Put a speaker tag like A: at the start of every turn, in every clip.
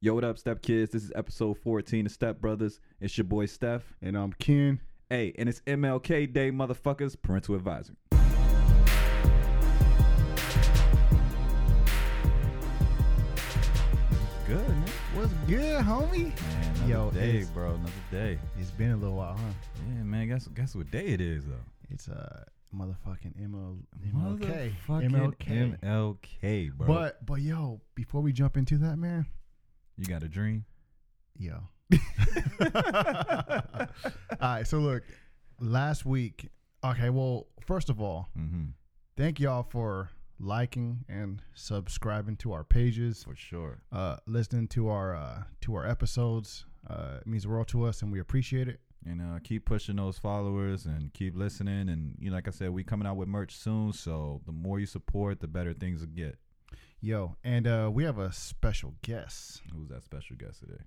A: Yo, what up, Step Kids? This is episode 14 of Step Brothers. It's your boy Steph.
B: And I'm Ken.
A: Hey, and it's MLK Day, motherfuckers. Parental advisory. Good. Man.
B: What's good, homie?
A: Man, another
B: Yo,
A: day,
B: it's-
A: bro. Another day.
B: It's been a little while, huh?
A: Yeah, man. Guess guess what day it is though.
B: It's uh, motherfucking ML, MLK.
A: Motherfucking
B: MLK.
A: MLK, bro.
B: But but yo, before we jump into that, man,
A: you got a dream?
B: yo. All right, so look, last week. Okay, well, first of all,
A: Mm-hmm.
B: thank y'all for liking and subscribing to our pages,
A: For sure.
B: uh, listening to our uh, to our episodes. Uh, it means the world to us, and we appreciate it.
A: And uh, keep pushing those followers and keep listening. And you know, like I said, we coming out with merch soon. So the more you support, the better things will get.
B: Yo, and uh, we have a special guest,
A: Who's that special guest today?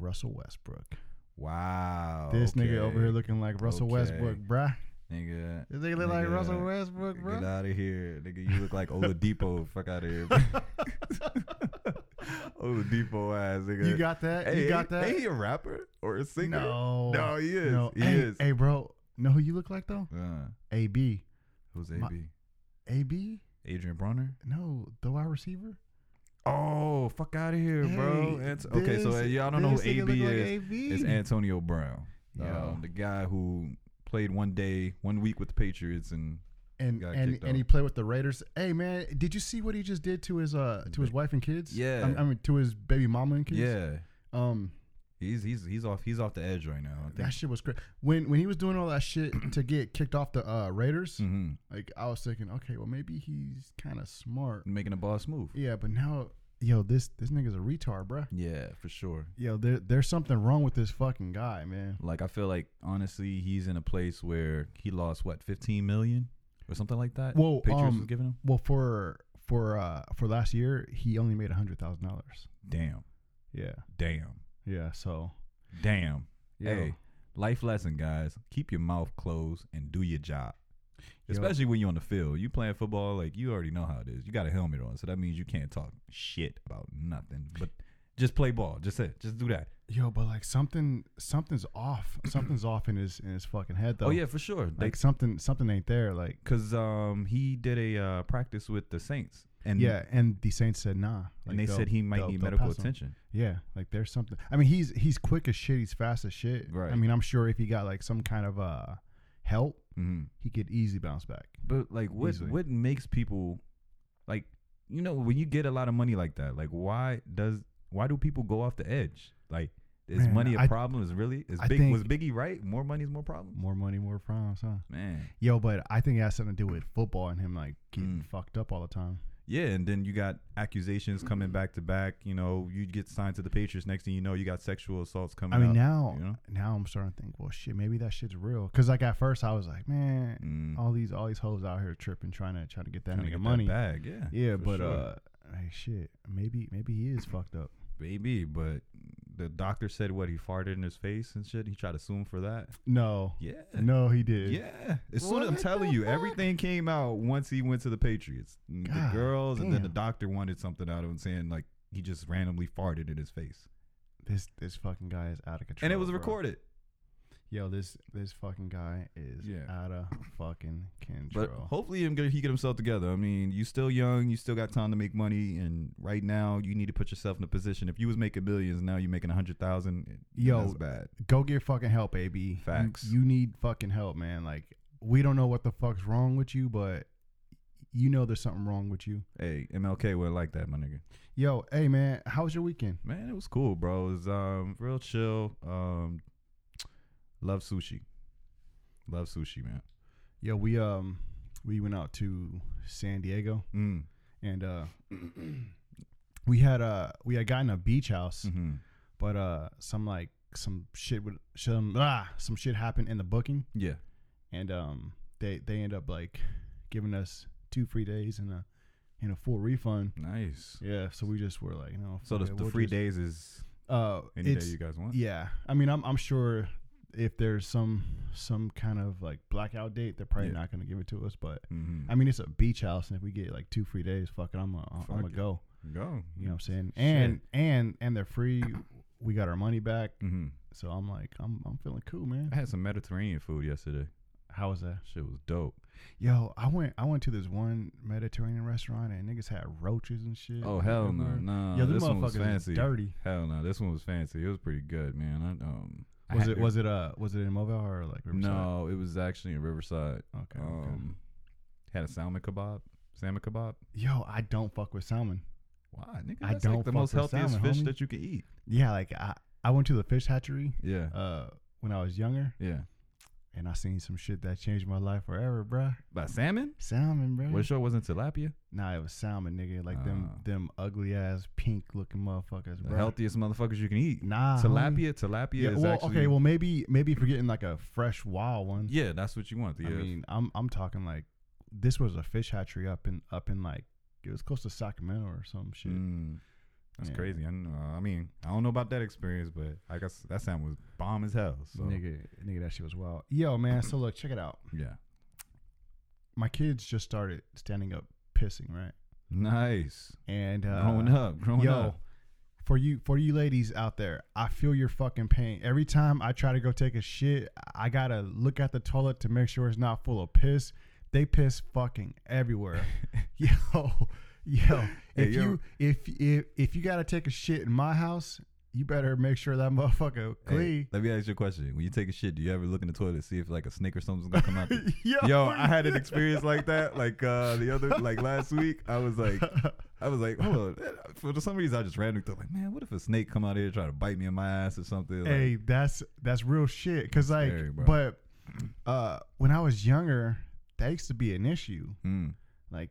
B: Russell Westbrook.
A: Wow.
B: This nigga over here
A: okay.
B: looking like Russell
A: Okay.
B: Westbrook, bruh.
A: Nigga.
B: This nigga look like
A: Nigga.
B: Russell Westbrook,
A: Get
B: bruh.
A: out of here, nigga! You look like Oladipo. Fuck out of here, bro. Oladipo ass nigga.
B: You got that?
A: Hey,
B: you got
A: ain't-
B: that?
A: Ain't he a rapper or a singer?
B: no.
A: No, he is. He
B: hey,
A: is.
B: Hey, bro. Know who you look like though?
A: Uh,
B: AB.
A: who's AB?
B: My- AB?
A: Adrian Bronner.
B: No, the wide receiver.
A: Oh, fuck out of here, bro!
B: Hey,
A: Ant- okay, so
B: this-
A: uh, y'all don't know who
B: this nigga
A: AB
B: look
A: is.
B: Like AB.
A: It's Antonio Brown,
B: Yo.
A: um, the guy who played one day, one week with the Patriots, and
B: and
A: got
B: and,
A: kicked
B: and he
A: off.
B: played with the Raiders. Hey man, did you see what he just did to his uh to his wife and kids?
A: Yeah.
B: I, I mean to his baby mama and kids.
A: yeah,
B: Um,
A: he's he's he's off he's off the edge right now. I think.
B: that shit was crazy. When when he was doing all that shit to get kicked off the uh Raiders,
A: Mhm.
B: like I was thinking, okay, well maybe he's kind of smart.
A: Making a boss move.
B: Yeah, but now, yo, this this nigga's a retard, bruh.
A: Yeah, for sure.
B: Yo, there there's something wrong with this fucking guy, man.
A: Like I feel like honestly, he's in a place where he lost what 15 million or something like that.
B: Whoa,
A: Patriots
B: um,
A: was giving him.
B: Well, for for uh for last year, he only made a hundred thousand dollars.
A: Damn,
B: Yeah,
A: damn,
B: yeah. So,
A: damn.
B: yo,
A: Hey, life lesson, guys. Keep your mouth closed and do your job.
B: Yo.
A: Especially when you're on the field. You playing football, like you already know how it is. You got a helmet on, so that means you can't talk shit about nothing. But just play ball. Just it. Just do that.
B: yo, but like something something's off. something's off in his in his fucking head though.
A: oh yeah, for sure. They,
B: like something something ain't there. Like
A: Cause um he did a uh, practice with the Saints, and
B: yeah, and the Saints said nah. Like,
A: and they
B: they'll-
A: said he might
B: they'll-
A: need
B: they'll
A: medical
B: pass him.
A: attention.
B: Yeah, like there's something. I mean, he's he's quick as shit. He's fast as shit.
A: Right.
B: I mean, I'm sure if he got like some kind of uh help,
A: hmm
B: he could easy bounce back.
A: But like, what
B: Easily.
A: what makes people like you know when you get a lot of money like that, like why does why do people go off the edge? Like, is
B: Man,
A: money a
B: I-
A: problem? Is really is
B: I
A: big
B: think-
A: was Biggie right? More money is more problem.
B: More money, more problems, huh?
A: Man,
B: Yo, but I think it has something to do with football and him like getting
A: Mm.
B: fucked up all the time.
A: yeah, and then you got accusations coming back to back. You know, you get signed to the Patriots. Next thing you know, you got sexual assaults coming.
B: I mean,
A: up,
B: now
A: you know?
B: now I'm starting to think, well, shit, maybe that shit's real. Because like at first I was like, man,
A: Mm,
B: all these all these hoes out here tripping, trying to trying to get that
A: trying to get that
B: nigga money.
A: bag, yeah,
B: yeah,
A: for
B: but
A: sure.
B: uh, hey, shit, maybe maybe he is fucked up.
A: Maybe, but the doctor said what he farted in his face and shit. He tried to sue him for that.
B: No,
A: Yeah.
B: no, he did.
A: Yeah. As soon as I'm
B: What
A: telling
B: the
A: you,
B: fuck?
A: everything came out once he went to the Patriots. And The
B: God
A: girls and then the
B: damn.
A: doctor wanted something out of him saying like he just randomly farted in his face.
B: This this fucking guy is out of control.
A: And it was
B: bro.
A: recorded.
B: Yo, this this fucking guy is
A: Yeah.
B: out of fucking
A: But
B: control.
A: hopefully him get- he get himself together. I mean, you still young, you still got time to make money and right now you need to put yourself in a position. If you was making billions, now you're making a hundred thousand.
B: Yo,
A: that's bad.
B: Go get fucking help, AB. You-
A: Facts.
B: You, need fucking help, man. Like we don't know what the fuck's wrong with you, but you know there's something wrong with you.
A: Hey, MLK wouldn't like that, my nigga.
B: Yo, hey man, how was your weekend?
A: Man, it was cool, bro. It was um real chill. Um love sushi. Love sushi, man.
B: Yo, we um we went out to San Diego
A: Mm.
B: and uh we had uh we had gotten a beach house,
A: hmm
B: but uh some like some shit would some ah, some shit happened in the booking.
A: Yeah.
B: and um, they they end up like giving us two free days and a and a full refund.
A: Nice.
B: Yeah, so we just were like, you know,
A: So the,
B: fuck it,
A: the
B: we'll
A: free
B: just-
A: days is
B: uh,
A: any
B: it's
A: day you guys want.
B: yeah. I mean, I'm I'm sure if there's some some kind of like blackout date, they're probably
A: Yeah.
B: not gonna give it to us. But
A: Mm-hmm.
B: I mean, it's a beach house, and if we get like two free days, fuck it, I'm a, I'm
A: Fuck
B: gonna
A: it.
B: go.
A: Go.
B: You know what I'm saying? And and and they're free. We got our money back.
A: hmm
B: So I'm like, I'm I'm feeling cool, man.
A: I had some Mediterranean food yesterday.
B: How was that?
A: Shit was dope.
B: Yo, I went I went to this one Mediterranean restaurant and niggas had roaches and shit.
A: Oh hell no,
B: everywhere.
A: no.
B: Yo,
A: this
B: this
A: one
B: motherfuckers
A: was
B: is
A: fancy.
B: dirty.
A: Hell no, this one was fancy. It was pretty good, man. I um. I
B: Was
A: had-
B: it was it uh was it in Mobile or like Riverside?
A: No, it was actually in Riverside.
B: Okay. okay.
A: Um, had a salmon kebab. Salmon kebab.
B: Yo, I don't fuck with salmon.
A: Why, nigga?
B: I
A: That's
B: don't
A: like the
B: fuck
A: most
B: with
A: healthiest
B: salmon,
A: fish
B: homie.
A: that you can eat.
B: Yeah, like I I went to the fish hatchery
A: Yeah,
B: uh when I was younger
A: yeah.
B: and I seen some shit that changed my life forever, bruh.
A: By salmon.
B: Salmon, bruh.
A: What sure it wasn't tilapia?
B: Nah, it was salmon, nigga. Like them
A: Ah.
B: them ugly ass pink looking motherfuckers,
A: The
B: bro.
A: healthiest motherfuckers you can eat.
B: Nah, homie.
A: tilapia, tilapia
B: Uh-huh. Yeah,
A: is
B: well,
A: actually.
B: okay. Well, maybe maybe if you're getting like a fresh wild one.
A: yeah, that's what you want. The
B: I
A: uh,
B: mean, I'm I'm talking like this was a fish hatchery up in up in like it was close to Sacramento or some shit.
A: mm, that's
B: Yeah.
A: crazy. I, don't know. I mean, I don't know about that experience, but I guess that salmon was bomb as hell. So
B: Nigga, nigga, that shit was wild. Yo, man. So look, check it out.
A: yeah,
B: My kids just started standing up pissing, right?
A: nice.
B: And uh,
A: growing up, growing
B: yo,
A: up.
B: for you for you ladies out there, I feel your fucking pain. Every time I try to go take a shit, I gotta look at the toilet to make sure it's not full of piss. They piss fucking everywhere. yo, yo.
A: Hey,
B: If
A: yo.
B: you if if if you gotta take a shit in my house, you better make sure that motherfucker
A: Hey,
B: clean.
A: let me ask you a question. When you take a shit, do you ever look in the toilet to see if like a snake or something's gonna come out? the- Yo, I had an experience like that. Like uh the other, like last week, I was like, I was like, hold on. For some reason, I just randomly thought, like, man, what if a snake come out here and try to bite me in my ass or something? Like,
B: Hey, that's that's real shit. Cause like,
A: scary, bro.
B: but uh, when I was younger, that used to be an issue.
A: hmm.
B: Like,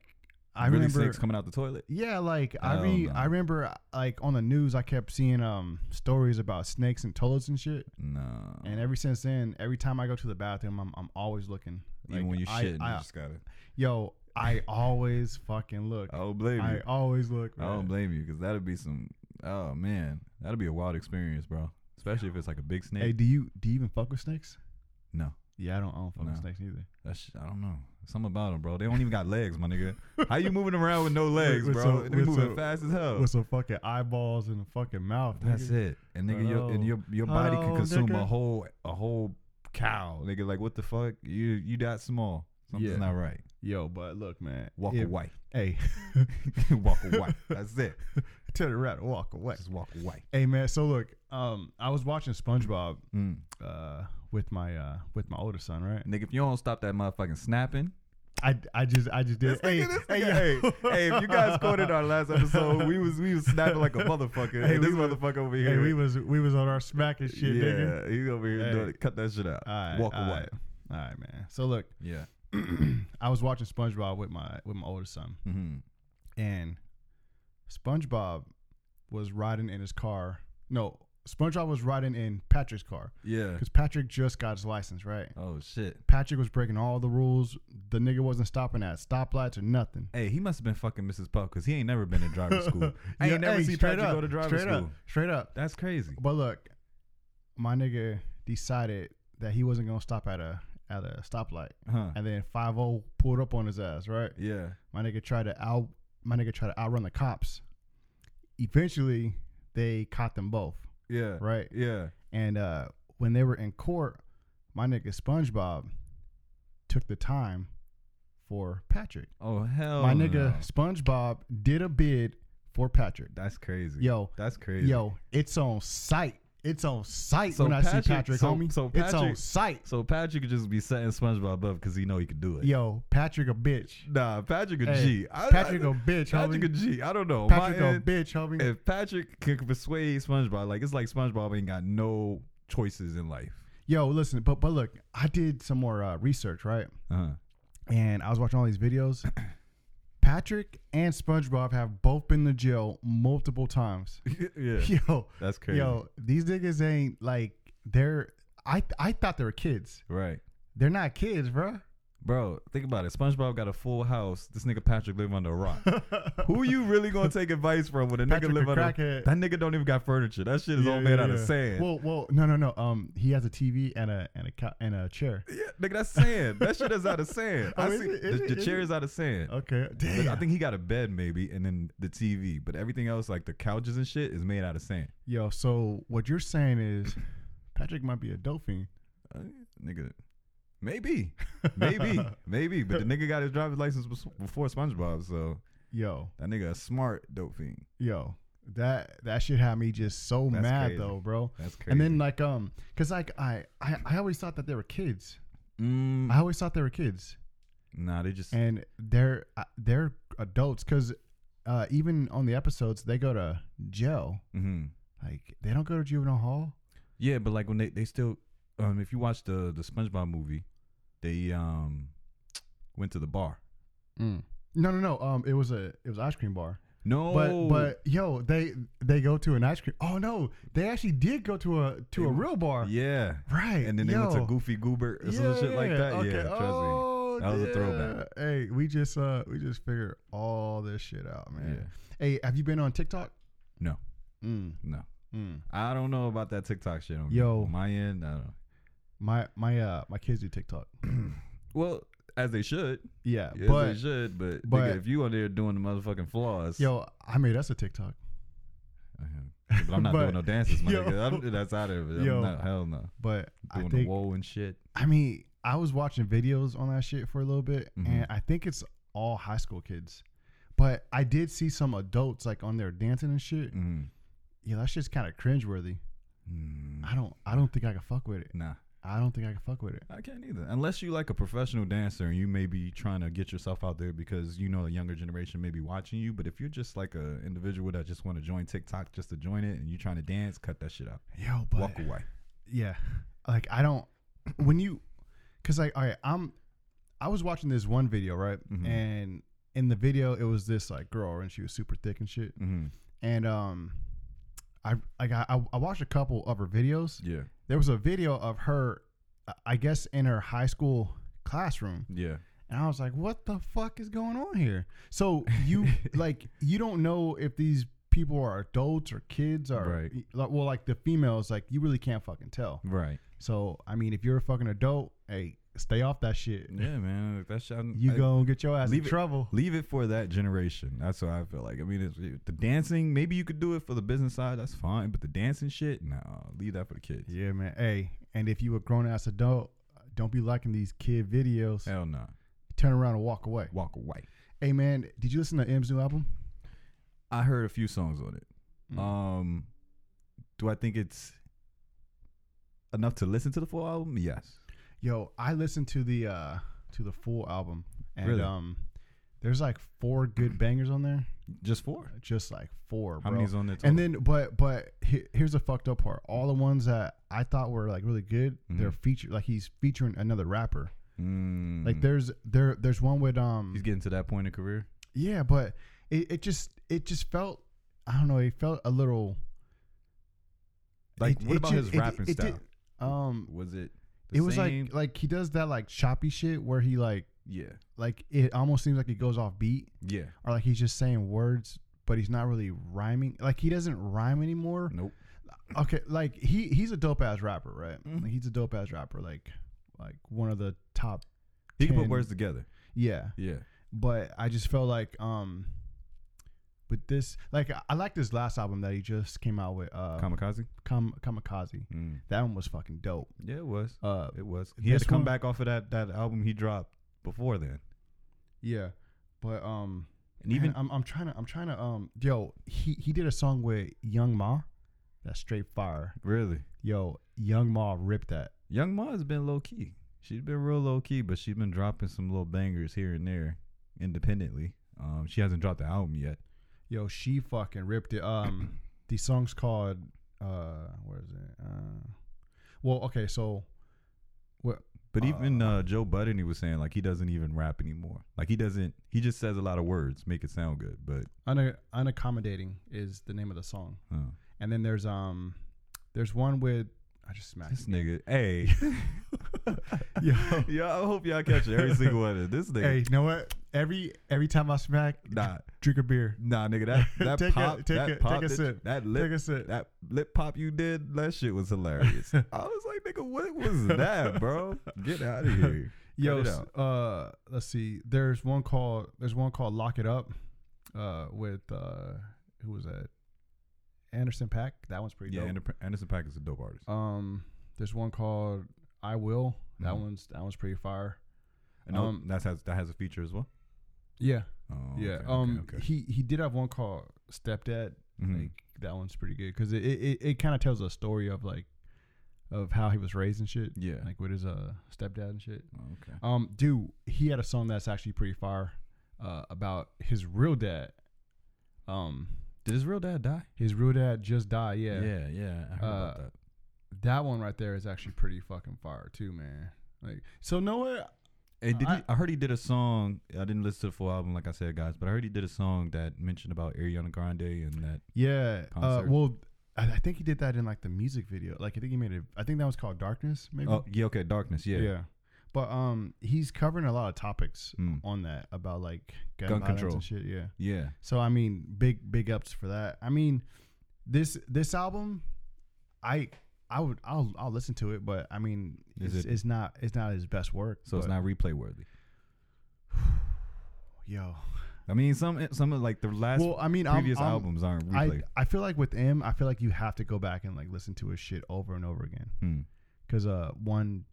B: I
A: really
B: remember
A: snakes coming out the toilet.
B: Yeah, like I
A: Hell
B: re-
A: no.
B: I remember uh, like on the news I kept seeing um stories about snakes and toilets and shit.
A: No.
B: And
A: Uh-huh.
B: ever since then, every time I go to the bathroom, I'm I'm always looking.
A: Even
B: Like,
A: when you
B: I-
A: shit, you
B: I-
A: just gotta.
B: yo, I always fucking look.
A: I don't blame
B: I
A: you.
B: always look.
A: Oh, I
B: man.
A: don't blame you because that'd be some. Oh man, that'd be a wild experience, bro. Especially if it's like a big snake.
B: Hey, do you do you even fuck with snakes?
A: No,
B: Yeah, I don't. I don't fuck with
A: No.
B: snakes either.
A: that's I don't know. Something about them, bro. They don't even got legs, my nigga. How you moving around with no legs,
B: with
A: bro?
B: some-
A: they
B: with
A: moving
B: some-
A: fast as hell.
B: With some fucking eyeballs and a fucking mouth.
A: Oh. That's
B: nigga.
A: it. And nigga, your and
B: Hello.
A: your your body can
B: Hello,
A: consume a
B: nigga.
A: whole a whole cow, nigga. Like what the fuck? You you that small? Something's
B: Yeah.
A: not right.
B: Yo, but look, man.
A: Walk
B: if-
A: away.
B: Hey,
A: walk away. That's it.
B: turn around. Walk away.
A: Just walk away.
B: Hey, man. So look, um, I was watching SpongeBob
A: Mm.
B: uh with my uh with my older son, right?
A: Nigga, if you don't stop that motherfucking snapping,
B: I, I just I just did.
A: Hey,
B: Hey,
A: this
B: hey,
A: nigga-
B: yo.
A: hey, if you guys quoted our last episode, we was we was snapping like a motherfucker. Hey,
B: Hey,
A: this
B: we was-
A: motherfucker over
B: Hey,
A: here.
B: we was we was on our smacking shit,
A: yeah,
B: nigga.
A: he's over here
B: Hey.
A: doing it. Cut that shit out.
B: All right,
A: Walk
B: all
A: away.
B: right. All right, man. So look,
A: Yeah.
B: I was watching SpongeBob with my with my older son,
A: Mm-hmm.
B: and SpongeBob was riding in his car. No, SpongeBob was riding in Patrick's car
A: Yeah.
B: because Patrick just got his license, right?
A: Oh shit.
B: Patrick was breaking all the rules. The nigga wasn't stopping at stoplights or nothing.
A: Hey, he must have been fucking Mrs. Puff because he ain't never been in driver's school. I
B: Yeah,
A: ain't never
B: hey,
A: seen
B: straight
A: Patrick
B: up,
A: go to driver's
B: straight
A: school.
B: Up, straight up.
A: That's crazy.
B: But look, my nigga decided that he wasn't gonna stop at a at a stoplight,
A: Huh.
B: and then Five O pulled up on his ass. Right,
A: Yeah.
B: my nigga tried to out my nigga tried to outrun the cops. Eventually, they caught them both.
A: Yeah.
B: Right,
A: Yeah.
B: and uh, when they were in court, my nigga SpongeBob took the time for Patrick.
A: Oh hell.
B: my nigga
A: no.
B: SpongeBob did a bid for Patrick.
A: That's crazy.
B: Yo,
A: That's crazy.
B: Yo, it's on site. It's on site
A: So
B: when I
A: Patrick-
B: see Patrick,
A: so-
B: homie.
A: so
B: it's on
A: Patrick-
B: site.
A: So Patrick could just be setting SpongeBob up because he know he could do it.
B: Yo, Patrick a bitch.
A: Nah, Patrick a G. I
B: Hey,
A: I-
B: Patrick a bitch,
A: Patrick
B: homie.
A: a G. I don't know. My
B: Patrick a
A: end-
B: bitch, homie.
A: if Patrick can persuade SpongeBob, like it's like SpongeBob ain't got no choices in life.
B: Yo, listen, but but look, I did some more uh, research, right?
A: Uh-huh.
B: And I was watching all these videos. Patrick and SpongeBob have both been to jail multiple times.
A: yeah,
B: Yo,
A: that's crazy.
B: yo, these niggas ain't like they're. I I thought they were kids.
A: Right.
B: They're not kids, bruh.
A: Bro, think about it. SpongeBob got a full house. This nigga Patrick live under a rock. Who you really gonna take advice from when a
B: Patrick
A: nigga live
B: the
A: under?
B: crackhead.
A: That nigga don't even got furniture. That shit is all
B: Yeah,
A: made
B: yeah,
A: out of
B: yeah.
A: sand.
B: Well, well, no, no, no. Um, he has a TV and a and a co- and a chair.
A: yeah, nigga, that's sand. that shit is out of sand.
B: Oh,
A: I
B: is
A: see
B: it- is
A: the,
B: it-
A: the
B: is
A: chair
B: it?
A: is out of sand.
B: Okay, damn.
A: I think he got a bed maybe, and then the TV. But everything else, like the couches and shit, is made out of sand.
B: Yo, so what you're saying is Patrick might be a dolphin.
A: Uh, nigga, maybe, maybe, maybe. But the nigga got his driver's license bes- before SpongeBob, so
B: Yo,
A: that nigga a smart dope fiend.
B: yo, that that shit had me just so
A: That's
B: mad
A: crazy.
B: though, bro.
A: That's crazy.
B: And then like um, cause like I, I I always thought that they were kids.
A: Mm,
B: I always thought they were kids,
A: nah, they just
B: and they're uh, they're adults. Cause uh, even on the episodes, they go to jail.
A: hmm
B: Like they don't go to juvenile hall.
A: yeah, but like when they they still, um, if you watch the the SpongeBob movie, they um went to the bar. Mm.
B: No, no, no. Um, it was a it was ice cream bar.
A: No,
B: But but yo, they they go to an ice cream. Oh no, they actually did go to a to
A: They-
B: a real bar.
A: yeah,
B: Right.
A: and then they went
B: yo.
A: to Goofy Goober or some shit like that.
B: okay,
A: Yeah, trust me.
B: oh,
A: That was a throwback.
B: yeah. Hey, we just uh we just figured all this shit out, man.
A: Yeah,
B: Hey, have you been on TikTok?
A: No.
B: Mm,
A: no,
B: mm.
A: I don't know about that TikTok shit. On
B: Yo.
A: my end, I don't. know.
B: My my uh my kids do TikTok.
A: Well, as they should.
B: Yeah,
A: Yes,
B: but
A: they should, but,
B: but-
A: nigga, if you on there doing the motherfucking flaws,
B: yo, I made us a TikTok.
A: Uh-huh. but I'm not
B: But-
A: doing no dances, my
B: yo.
A: nigga. I'm, that's out of it. I'm
B: Yo.
A: not, hell no.
B: But I
A: Doing the
B: think
A: whoa and shit.
B: I mean I was watching videos on that shit for a little bit,
A: Mhm.
B: and I think it's all high school kids. But I did see some adults like on there dancing and shit.
A: Mm.
B: Yeah, that shit's kind of cringeworthy.
A: Mm.
B: I don't I don't think I can fuck with it.
A: Nah,
B: I don't think I can fuck with it.
A: I can't either. Unless you like a professional dancer and you may be trying to get yourself out there because you know the younger generation may be watching you. But if you're just like a individual that just want to join TikTok just to join it and you trying to dance, cut that shit out.
B: Yo, but
A: Walk away.
B: yeah like i don't when you because like all right i'm i was watching this one video right
A: Mhm.
B: and in the video it was this like girl and she was super thick and shit
A: hmm
B: and um i like i, I watched a couple of her videos
A: Yeah,
B: there was a video of her uh, i guess in her high school classroom
A: yeah.
B: and i was like what the fuck is going on here so you like you don't know if these people are adults or kids or
A: Right.
B: like, well like the females like you really can't fucking tell
A: Right.
B: so I mean, if you're a fucking adult, hey, stay off that shit.
A: Yeah, man. uh, That's
B: You gonna get your ass
A: leave
B: in
A: it-
B: trouble.
A: leave it for that generation. That's what I feel like. I mean, it's, the dancing, maybe you could do it for the business side. That's fine. But the dancing shit, no, leave that for the kids.
B: Yeah, man. Hey, and if you a grown ass adult, don't be liking these kid videos.
A: Hell no.
B: Turn around and walk away.
A: Walk away.
B: Hey, man, did you listen to M's new album?
A: I heard a few songs on it.
B: Mm.
A: Um, do I think it's enough to listen to the full album? Yes.
B: Yo, I listened to the uh to the full album, and
A: Really?
B: um, there's like four good bangers on there.
A: Just four.
B: Just like four,
A: How
B: bro.
A: many's on there?
B: and then, but but he- here's the fucked up part. All the ones that I thought were like really good,
A: Mm-hmm.
B: they're featured. Like he's featuring another rapper.
A: then,
B: Like there's there there's one with
A: Hmm. Mm-hmm. he's
B: um
A: getting to that point in career.
B: yeah, but it, it just it just felt I don't know, it felt a little
A: Like,
B: it-
A: what
B: it
A: about
B: ju-
A: his
B: it-
A: rapping
B: it- it
A: style?
B: did- um
A: was it? The
B: it was
A: same?
B: like like he does that like choppy shit where he like
A: yeah,
B: like it almost seems like he goes off beat
A: yeah.
B: or like he's just saying words but he's not really rhyming like he doesn't rhyme anymore.
A: Nope.
B: Okay, like he he's a dope ass rapper, right?
A: Mhm.
B: Like, he's a dope ass rapper like like one of the top
A: He can put
B: 10.
A: words together.
B: yeah.
A: Yeah.
B: but I just felt like um with this like I, I like this last album that he just came out with uh
A: Kamikaze.
B: Kam- Kamikaze.
A: Mm.
B: That one was fucking dope.
A: Yeah, it was.
B: Uh
A: It was. He had
B: This
A: to come
B: one-
A: back off of that that album he dropped before then,
B: yeah. But um
A: and even
B: I'm I'm trying to I'm trying to um yo, he he did a song with Young Ma. That's straight fire.
A: really,
B: Yo, Young Ma ripped that.
A: Young Ma has been low key. She's been real low key, but she's been dropping some little bangers here and there, independently. Um, she hasn't dropped the album yet.
B: Yo, she fucking ripped it. Um the song's called uh where is it? Uh well, okay, so
A: But even
B: Uh.
A: uh, Joe Budden, he was saying like he doesn't even rap anymore. Like he doesn't. He just says a lot of words, make it sound good. But
B: Una- unaccommodating is the name of the song.
A: uh,
B: And then there's um there's one with I just smacked
A: this
B: it.
A: nigga, hey,
B: Yo.
A: yeah, I hope y'all catch every single one of this nigga.
B: Hey, you know what? Every every time I smack,
A: Nah.
B: drink a beer.
A: Nah, nigga, that that
B: Take a-
A: pop,
B: take
A: that
B: a-
A: pop,
B: take a
A: that-
B: sip.
A: that lip,
B: Take a sip.
A: that lip pop you did, that shit was hilarious. I was like, nigga, what was that, bro? Get out of here.
B: Yo,
A: Cut it
B: s-
A: out.
B: uh, let's see. There's one called there's one called Lock It Up, uh, with uh, who was that? Anderson Pack. That one's pretty
A: yeah,
B: dope.
A: Ander- Anderson Paak is a dope artist.
B: um, there's one called I Will. That
A: Mhm.
B: one's that one's pretty fire.
A: And tho-
B: um,
A: that has that has a feature as well.
B: Yeah,
A: Oh,
B: yeah.
A: okay, okay,
B: um,
A: okay.
B: he he did have one called Stepdad.
A: Mhm.
B: Like that one's pretty good because it it, it kind of tells a story of like of how he was raised and shit.
A: yeah.
B: Like with his uh stepdad and shit.
A: Oh, okay.
B: Um, dude, he had a song that's actually pretty fire uh, about his real dad. Um,
A: Did his real dad die?
B: his real dad just died. Yeah.
A: Yeah, yeah. I heard about
B: Uh,
A: that.
B: that one right there is actually pretty fucking fire too, man. Like, so no way.
A: Hey, did
B: I-
A: he, I heard he did a song. I didn't listen to the full album, like I said, guys, but I heard he did a song that mentioned about Ariana Grande and that.
B: Yeah. Uh,
A: Concert.
B: well, I, I think he did that in like the music video. Like, I think he made it. I think that was called Darkness, maybe.
A: Oh, yeah, okay, Darkness. Yeah,
B: yeah. But um, he's covering a lot of topics
A: Mm,
B: on that about like gun,
A: Gun
B: violence
A: control.
B: and shit. Yeah.
A: yeah.
B: So I mean, big big ups for that. I mean, this this album, I I would I'll I'll listen to it, but I mean,
A: Is
B: it's,
A: it-
B: it's not it's not his best work.
A: So it's
B: but-
A: not replay worthy.
B: Yo,
A: I mean, some eh, some of like the last
B: well, I mean, I'm-
A: previous
B: I'm-
A: albums aren't
B: I
A: replay.
B: I feel like with him, I feel like you have to go back and like listen to his shit over and over again
A: Hmm.
B: because uh one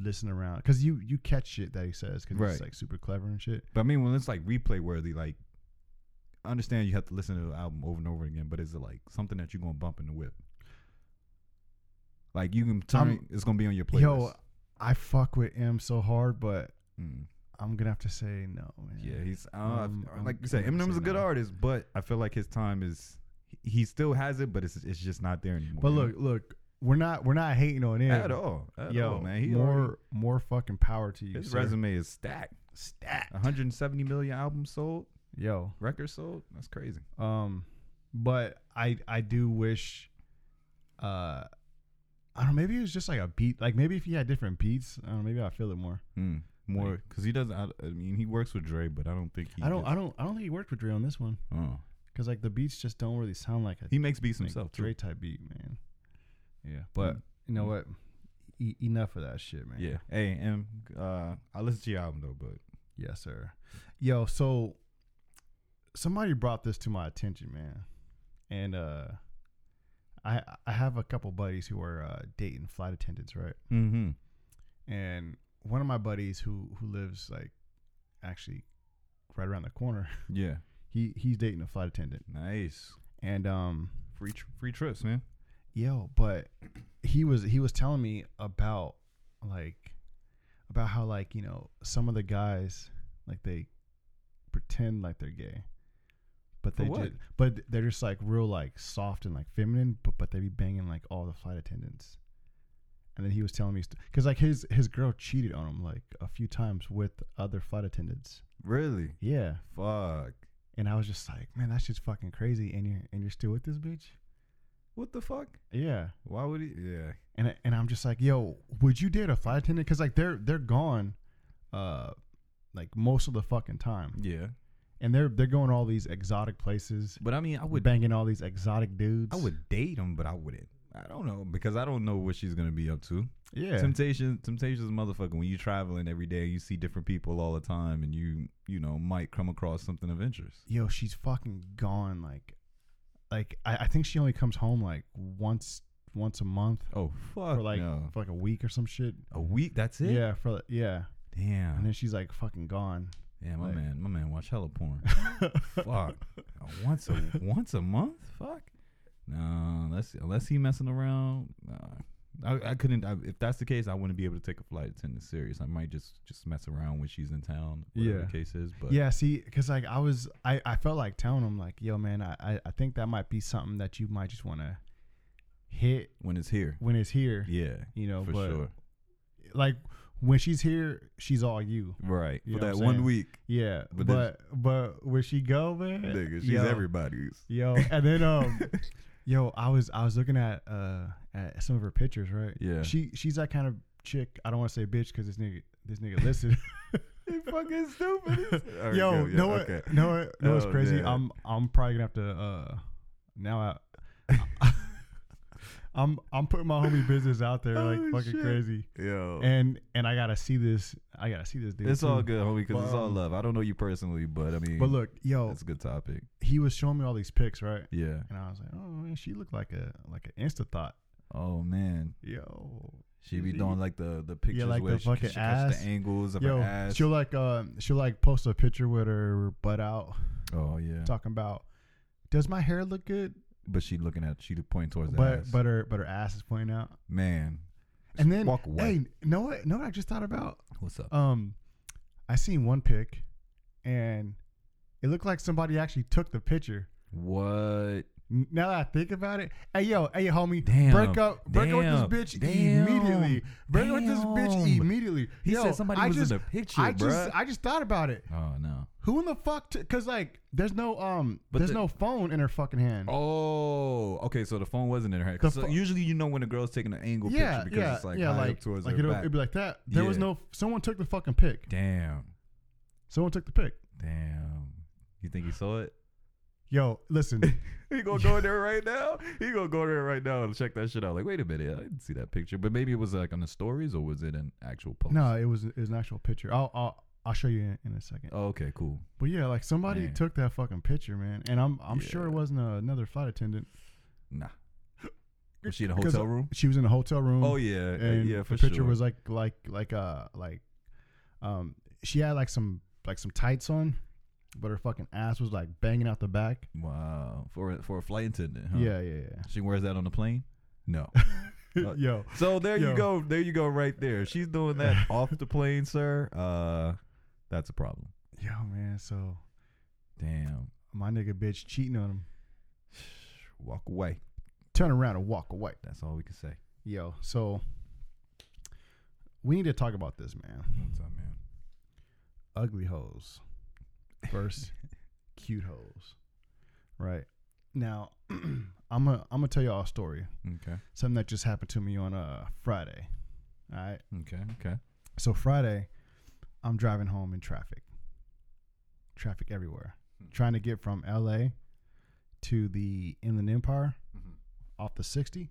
B: listen around because you you catch shit that he says because
A: Right.
B: it's like super clever and shit.
A: But I mean, when it's like replay worthy, like I understand you have to listen to the album over and over again, but is it like something that you're gonna bump in the whip? Like you can turn,
B: I'm-
A: it's gonna be on your playlist.
B: Yo, I fuck with him so hard, but
A: Mm.
B: I'm gonna have to say no, man.
A: Yeah, he's uh,
B: Um, I'm
A: like you said,
B: gonna
A: Eminem's
B: say
A: a good
B: no.
A: artist, but I feel like his time is he still has it, but it's it's just not there anymore.
B: But
A: you know?
B: look, look, we're not we're not hating on him
A: at all, at
B: Yo,
A: all, man, he
B: more
A: already-
B: more fucking power to you.
A: his
B: sir.
A: resume is stacked.
B: stacked.
A: 170 million albums sold,
B: Yo,
A: records sold. That's crazy.
B: um, but I I do wish, uh, I don't know. Maybe it was just like a beat. Like maybe if he had different beats, I don't know, maybe I feel it more.
A: Mm. More because he doesn't. I, I mean, he works with Dre, but I don't think he. uh,
B: I don't
A: gets-
B: I don't I don't think he worked with Dre on this one
A: oh.
B: because like the beats just don't really sound like a
A: He makes beats
B: like,
A: himself too.
B: Dre type beat, man. Yeah, but
A: Mm.
B: you know
A: Mm.
B: what? E- enough of that shit, man.
A: Yeah. Hey, and uh, I listen to your album though, but
B: Yes, sir. Yo, so somebody brought this to my attention, man. And uh I I have a couple buddies who are uh dating flight attendants, right?
A: mm-hmm.
B: And one of my buddies who who lives like actually right around the corner,
A: yeah,
B: he he's dating a flight attendant.
A: nice.
B: And um
A: Free tr- free trips, man.
B: yo, but he was he was telling me about like about how like, you know, some of the guys like they pretend like they're gay. But
A: For
B: they
A: what?
B: just, but they're just like real like soft and like feminine, but but they be banging like all the flight attendants. And then he was telling me st- cuz like his his girl cheated on him like a few times with other flight attendants.
A: Really?
B: Yeah.
A: Fuck.
B: And I was just like, man, that's just fucking crazy and you're and you're still with this bitch?
A: What the fuck?
B: Yeah.
A: Why would he? Yeah.
B: and I- and I'm just like, yo, would you date a flight attendant? Because like they're they're gone, uh, like most of the fucking time,
A: Yeah.
B: and they're they're going all these exotic places,
A: But I mean, I would
B: banging all these exotic dudes.
A: I would date him, but I wouldn't. I don't know because I don't know what she's gonna be up to.
B: yeah,
A: Temptation, temptation is motherfucking. When you're traveling every day, you see different people all the time, and you you know might come across something of interest.
B: yo, she's fucking gone. Like, like I, I think she only comes home like once once a month
A: Oh fuck!
B: for like
A: no.
B: for like a week or some shit.
A: a week. That's it.
B: Yeah, for yeah, and
A: Damn.
B: then she's like fucking gone.
A: Yeah, my
B: like-
A: man, my man, watch hella porn. fuck. Uh, Once a once a month. Fuck. No, unless unless he messing around. Nah. I, I couldn't. I, if that's the case, I wouldn't be able to take a flight attendant serious. I might just just mess around when she's in town. Whatever
B: Yeah.
A: the case is, but
B: Yeah, see, because like I was, I, I felt like telling him like, yo, man, I, I, I think that might be something that you might just want to hit
A: when it's here,
B: when it's here,
A: yeah,
B: you know.
A: for
B: but
A: sure,
B: like when she's here, she's all you.
A: right?
B: You
A: For
B: know what
A: that
B: I'm
A: one
B: saying?
A: week,
B: Yeah,
A: But
B: but
A: then-
B: but, where she go, man?
A: nigga, she's
B: yo,
A: everybody's.
B: Yo, and then um, yo, I was I was looking at uh at some of her pictures, right?
A: Yeah.
B: She she's that kind of chick. I don't want to say bitch because this nigga this nigga listened.
A: You fucking stupid. All right,
B: yo,
A: good, yeah,
B: no,
A: okay.
B: no, no, it's
A: Oh,
B: crazy.
A: man.
B: I'm I'm probably gonna have to uh now I. I'm I'm putting my homie business out there like
A: Oh,
B: fucking
A: shit.
B: crazy,
A: Yo.
B: and and I gotta see this. I gotta see this dude.
A: it's all
B: too.
A: good, homie, because it's all
B: Um,
A: love. I don't know you personally, but I mean,
B: But look, yo,
A: it's a good topic.
B: he was showing me all these pics, right?
A: Yeah.
B: And I was like, oh, man, she looked like a like an insta thought.
A: Oh man,
B: Yo,
A: she be
B: She-
A: doing like the the pictures
B: like the
A: where she,
B: fucking
A: she catch
B: ass.
A: the angles of her
B: yo,
A: ass.
B: she'll like uh she'll like post a picture with her butt out,
A: oh yeah,
B: talking about, does my hair look good?
A: but she looking at she point towards the
B: But
A: ass.
B: but her but her ass is pointing out.
A: man,
B: And then
A: walk away.
B: hey, know what? Know what I just thought about?
A: What's up?
B: Um, I seen one pic, and it looked like somebody actually took the picture.
A: what?
B: N- Now that I think about it, hey yo, hey homie,
A: Damn.
B: break up, break up
A: Damn.
B: with this bitch
A: Damn.
B: immediately. Break up with this bitch
A: Damn.
B: immediately.
A: He
B: Yo,
A: said somebody
B: I
A: was
B: just,
A: in the picture,
B: I
A: bruh.
B: just, I just thought about it.
A: oh no.
B: Who in the fuck? T- Cause like, there's no um,
A: But
B: there's
A: the-
B: no phone in her fucking hand.
A: Oh, okay. So the phone wasn't in her hand. 'Cause
B: The
A: so
B: pho-
A: usually, you know when a girl's taking an angle
B: yeah,
A: picture because
B: yeah,
A: it's like
B: yeah,
A: high
B: like,
A: up towards
B: like
A: her
B: it'll,
A: back.
B: it'd be like that. There was
A: Yeah.
B: no, someone took the fucking pic.
A: damn,
B: Someone took the pic.
A: damn. You think he saw it?
B: Yo, listen,
A: He gonna go in there right now. He gonna go in there right now and check that shit out. Like, wait a minute, I didn't see that picture. But maybe it was like on the stories or was it an actual post?
B: no, it was it was an actual picture. I'll I'll, I'll show you in, in a second.
A: Oh, okay, cool.
B: But yeah, like somebody
A: Man.
B: took that fucking picture, man, and I'm I'm sure it
A: Yeah.
B: wasn't uh another flight attendant.
A: Nah. Was she in a
B: 'Cause
A: hotel room?
B: She was in a hotel room.
A: Oh yeah, uh,
B: and
A: yeah, for
B: the picture
A: sure.
B: was like like like uh like um she had like some like some tights on, but her fucking ass was like banging out the back.
A: wow for a, for a flight attendant. Huh?
B: Yeah, yeah, yeah.
A: She wears that on the plane. No. Uh,
B: Yo,
A: So there
B: Yo.
A: you go. There you go. Right there. She's doing that off the plane, sir. Uh, that's a problem.
B: yo, man. So
A: Damn.
B: my nigga bitch cheating on him.
A: Walk away.
B: Turn around and walk away.
A: That's all we can say.
B: Yo, so we need to talk about this, man.
A: What's up, man?
B: Ugly hoes versus cute hoes. Right now, I'm gonna I'm gonna tell y'all a story.
A: Okay.
B: Something that just happened to me on uh, Friday. All right.
A: Okay. Okay.
B: So Friday, I'm driving home in traffic. Traffic everywhere. Trying to get from LA to the Inland Empire
A: Mm-hmm.
B: off the 60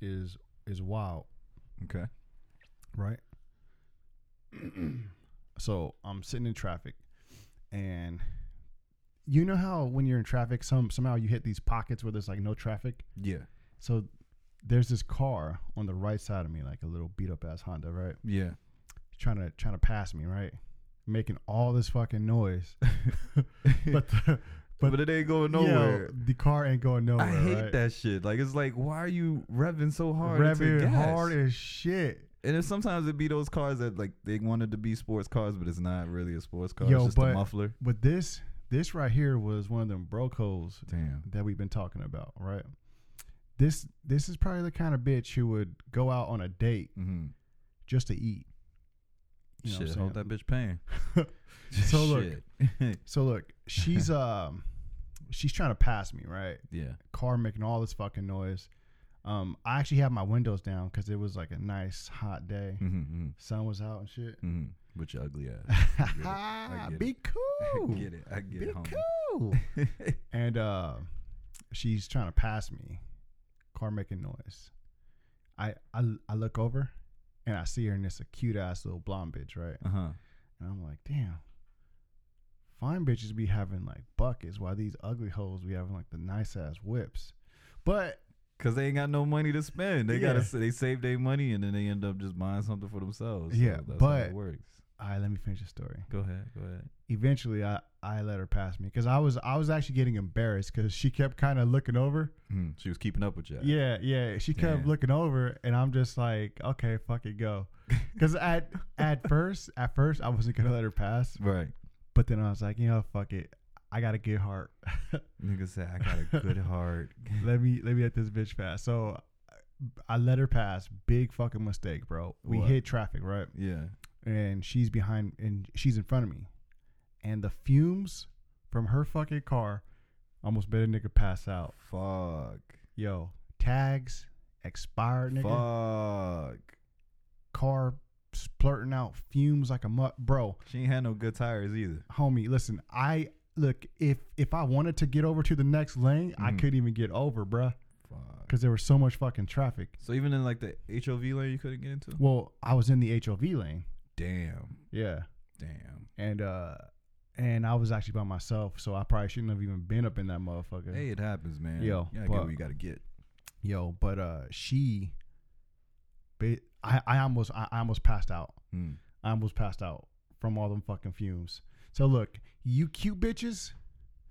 B: is is wild,
A: Okay.
B: right? so I'm sitting in traffic and you know how when you're in traffic some somehow you hit these pockets where there's like no traffic.
A: Yeah.
B: So there's this car on the right side of me like a little beat up ass Honda, right?
A: Yeah.
B: trying to trying to pass me, right? Making all this fucking noise, but the,
A: But, it ain't going
B: yo,
A: nowhere.
B: the car ain't going nowhere.
A: I hate
B: right?
A: that shit. Like it's like, why are you revving so hard? into
B: Revving
A: gas?
B: hard as shit.
A: And if sometimes it be those cars that like they wanted to be sports cars, but it's not really a sports car.
B: Yo,
A: it's just
B: but-
A: a muffler.
B: But this this right here was one of them brocos
A: Damn.
B: that we've been talking about, right? This this is probably the kind of bitch who would go out on a date
A: Mm-hmm.
B: just to eat. You know what
A: shit,
B: I'm
A: hold
B: saying?
A: that bitch paying.
B: So look.
A: Shit.
B: So look, she's um she's trying to pass me, right?
A: yeah.
B: car making all this fucking noise. Um, I actually had my windows down because it was like a nice hot day.
A: Mm-hmm,
B: Sun was out and shit.
A: mm-hmm. With your ugly ass. I get it.
B: Be cool.
A: I get it. I get
B: Be
A: it, homie.
B: cool. and uh, she's trying to pass me. Car making noise. I, I I look over and I see her and it's a cute ass little blonde bitch, right?
A: Uh huh.
B: And I'm like, damn. Fine bitches be having like buckets while these ugly hoes be having like the nice ass whips. But
A: Cause they ain't got no money to spend. They gotta
B: Yeah.
A: sa- they save their money and then they end up just buying something for themselves. So
B: Yeah,
A: that's how
B: but-
A: it works.
B: all right, let me finish the story.
A: Go ahead, go ahead.
B: eventually I, I let her pass me because I was I was actually getting embarrassed because she kept kind of looking over.
A: Mhm. She was keeping up with you.
B: Yeah, yeah, she kept
A: Damn.
B: looking over, and I'm just like, okay, fuck it, go. Because at at first, at first, I wasn't gonna let her pass,
A: Right.
B: but then I was like, you know, fuck it, I got a good heart.
A: Nigga said I got a good heart.
B: let me let me let this bitch pass. So I let her pass. Big fucking mistake, bro. We
A: What?
B: hit traffic, right?
A: Yeah.
B: And she's behind, and she's in front of me, and the fumes from her fucking car almost made a nigga pass out.
A: Oh, Fuck.
B: Yo, tags expired, nigga.
A: Fuck.
B: car splurting out fumes like a mutt, bro.
A: She ain't had no good tires either.
B: Homie, listen, I look if if I wanted to get over to the next lane, I
A: Mhm.
B: couldn't even get over, bruh,
A: Fuck.
B: because there was so much fucking traffic.
A: So even in like the HOV lane, you couldn't get into.
B: Well, I was in the HOV lane.
A: Damn,
B: Yeah.
A: damn.
B: And uh and I was actually by myself, so I probably shouldn't have even been up in that motherfucker.
A: Hey, it happens, man.
B: Yo,
A: you gotta
B: but-
A: get what you gotta get.
B: Yo, but uh she ba- I, I almost I, I almost passed out.
A: Mm.
B: I almost passed out from all them fucking fumes. So look, you cute bitches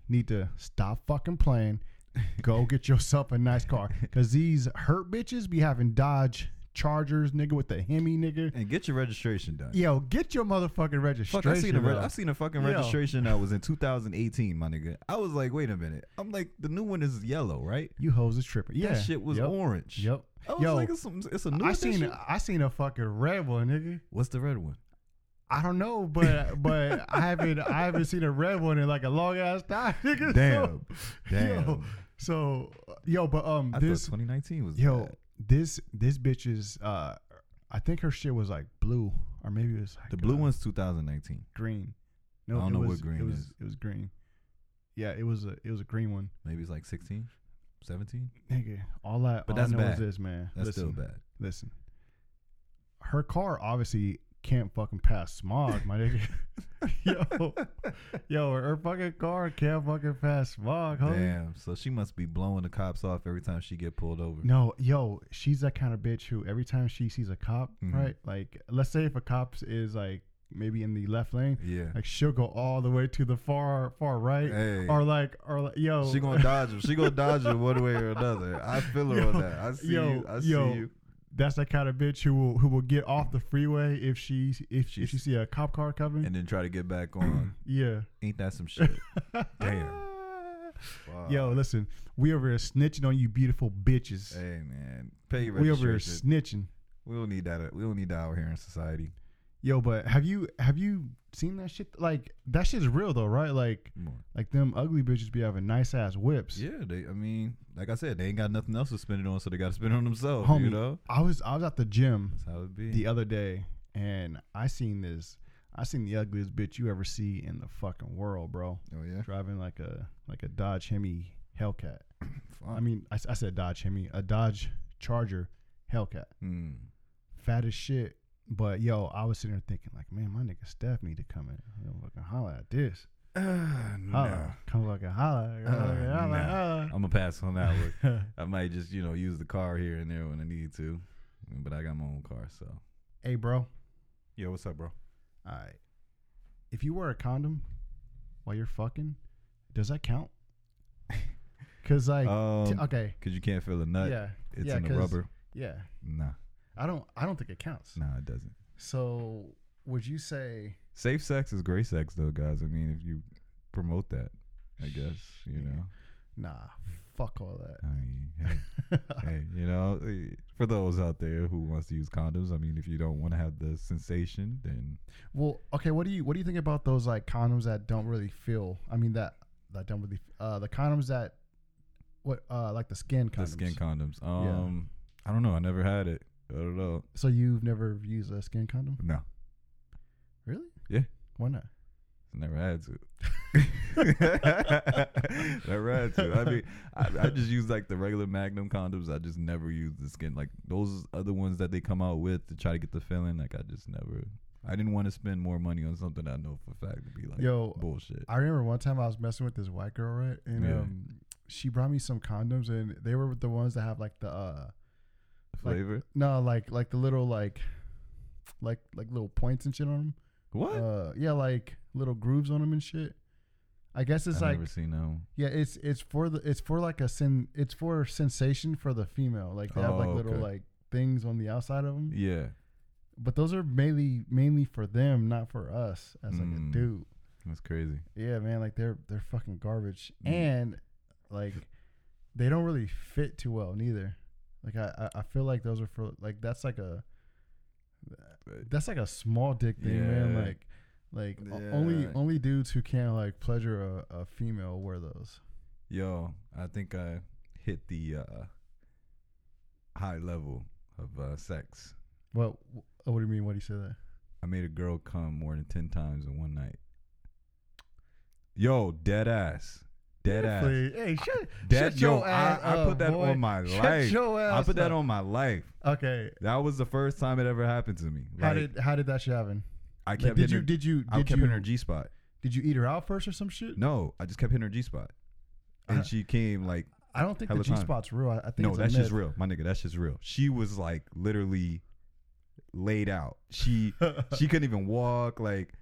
B: need to stop fucking playing. Go get yourself a nice car. Cause these hurt bitches be having Dodge Chargers, nigga, with the Hemi nigga.
A: And get your registration done.
B: Yo, get your motherfucking registration.
A: Fuck, I seen a re-
B: up.
A: I've seen a fucking
B: Yo.
A: registration that was in 2018, my nigga. I was like, wait a minute. I'm like, the new one is yellow, right?
B: you hoes is tripping. Yeah.
A: That shit was
B: Yep.
A: orange.
B: Yep.
A: I was
B: Yo,
A: like, it's, some- it's a new
B: I
A: edition.
B: seen I seen a fucking red one, nigga.
A: What's the red one?
B: I don't know, but but I haven't I haven't seen a red one in like a long ass time, nigga.
A: Damn.
B: So,
A: Damn.
B: Yo, so yo, but um,
A: I
B: this
A: thought 2019 was
B: yo,
A: bad.
B: this this bitch is uh, I think her shit was like blue or maybe it was like
A: The blue
B: uh,
A: one's 2019.
B: green.
A: I don't
B: it
A: know what
B: was,
A: green
B: it was.
A: is.
B: It was green. Yeah, it was a it was a green one,
A: Maybe it's like 16, 17.
B: nigga. All I
A: But
B: all I
A: that's
B: know
A: bad.
B: is this man.
A: That's
B: Listen,
A: still bad.
B: Listen, her car obviously can't fucking pass smog, my nigga. yo, yo, her fucking car can't fucking pass smog, homie.
A: Damn. So she must be blowing the cops off every time she get pulled over.
B: No, yo, she's that kind of bitch who every time she sees a cop,
A: Mhm.
B: right? Like, let's say if a cop is like maybe in the left lane,
A: Yeah.
B: like she'll go all the way to the far far right,
A: Hey.
B: or like, or like, yo,
A: She gonna dodge him. She gonna dodge him one way or another. I feel her
B: Yo,
A: on that. I see
B: yo,
A: you. I see
B: yo.
A: you.
B: that's that kind of bitch who will who will get off the freeway if she if, if she
A: She's-
B: see a cop car coming.
A: And then try to get back on.
B: yeah. Ah.
A: Ain't that some shit? Damn.
B: Yo,
A: Fuck.
B: listen, we over here snitching on you beautiful bitches.
A: Hey man, pay your
B: we over here
A: registration.
B: snitching.
A: We don't need that. uh, We don't need that out here in society.
B: Yo, but have you have you seen that shit? Like that shit's real though, right? Like
A: Come on.
B: like them ugly bitches be having nice ass whips.
A: Yeah, they. I mean, like I said, they ain't got nothing else to spend it on, so they got to spend it on themselves. You
B: Homie.
A: know,
B: I was I was at the gym
A: that's how it be.
B: the other day and I seen this. I seen the ugliest bitch you ever see in the fucking world, bro.
A: oh yeah.
B: Driving like a like a Dodge Hemi Hellcat.
A: Fuck.
B: I mean, I, s- I said Dodge Hemi, a Dodge Charger Hellcat.
A: Hmm.
B: fat as shit. But yo, I was sitting there thinking, like, man, my nigga Steph need to come in. Come fucking holla at this.
A: Ah,
B: Holla.
A: no.
B: Come fucking holla. Come
A: Uh,
B: fucking holla,
A: nah.
B: holla.
A: I'm gonna pass on that one. I might just you know use the car here and there when I need to, but I got my own car, so.
B: hey, bro.
A: Yo, what's up, bro?
B: All right. If you wear a condom while you're fucking, does that count? Because, like, t-
A: Um, uh,
B: okay.
A: cause you can't feel a nut.
B: yeah.
A: It's
B: yeah,
A: in the
B: 'cause-
A: rubber.
B: Yeah.
A: Nah,
B: I don't, I don't think it counts.
A: nah, it doesn't.
B: So, would you say,
A: Safe sex is gray sex, though, guys. I mean, if you promote that, I guess you
B: Yeah.
A: know.
B: nah, fuck all that?
A: I mean, hey, hey, you know, eh, for those out there who wants to use condoms, I mean, if you don't want to have the sensation, then
B: Well, okay. What do you what do you think about those like condoms that don't really feel? I mean that that don't really uh the condoms that what uh like the skin condoms.
A: the skin condoms. Um, I don't know. I never had it. I don't know.
B: so you've never used a skin condom?
A: No,
B: Really?
A: Yeah.
B: Why not?
A: never had to. never had to. I mean, I, I just use like the regular Magnum condoms. I just never use the skin. Like those other ones that they come out with to try to get the feeling. Like I just never. I didn't want to spend more money on something I know for a fact to be like
B: Yo,
A: bullshit.
B: I remember one time I was messing with this white girl, right? And
A: Yeah.
B: um she brought me some condoms and they were the ones that have like the uh
A: Flavor.
B: no, like like the little like like like little points and shit on them.
A: what?
B: Uh yeah, like little grooves on them and shit. I guess it's
A: I've
B: like
A: never seen that one.
B: Yeah, it's it's for the it's for like a sin it's for sensation for the female. Like they have like
A: Oh,
B: little
A: okay.
B: like things on the outside of them.
A: Yeah.
B: But those are mainly mainly for them, not for us as like
A: Mm.
B: a dude.
A: That's crazy.
B: Yeah, man, like they're they're fucking garbage
A: Mm.
B: and like they don't really fit too well neither. Like I I I feel like those are for like that's like a that's like a small dick thing, man.
A: Yeah.
B: Like like o- only
A: Yeah.
B: only dudes who can't like pleasure a, a female wear those.
A: Yo, I think I hit the uh, high level of uh, sex
B: What? What do you mean? What do you say that?
A: I made a girl come more than ten times in one night. Yo, dead ass. Dead ass.
C: Please. Hey, shut,
A: Dead,
C: shut
A: yo,
C: your
A: I,
C: ass
A: I
C: up,
A: put that
C: boy.
A: on my
C: Shut
A: life.
C: your
A: I
C: ass
A: put that
C: up.
A: on my life.
B: Okay.
A: That was the first time it ever happened to me.
B: How
A: Like,
B: did how did that shit happen?
A: I
B: Like,
A: kept
B: did
A: hitting
B: you
A: her,
B: did you
A: I
B: did
A: kept
B: you
A: hitting her G spot.
B: did you eat her out first or some shit?
A: No, I just kept hitting her G spot, and
B: Uh,
A: she came like,
B: I don't think
A: Hella
B: the G
A: time.
B: spot's real. I, I think
A: no,
B: it's a
A: that's
B: myth.
A: just real, my nigga. That's just real. She was like literally laid out. She she couldn't even walk. Like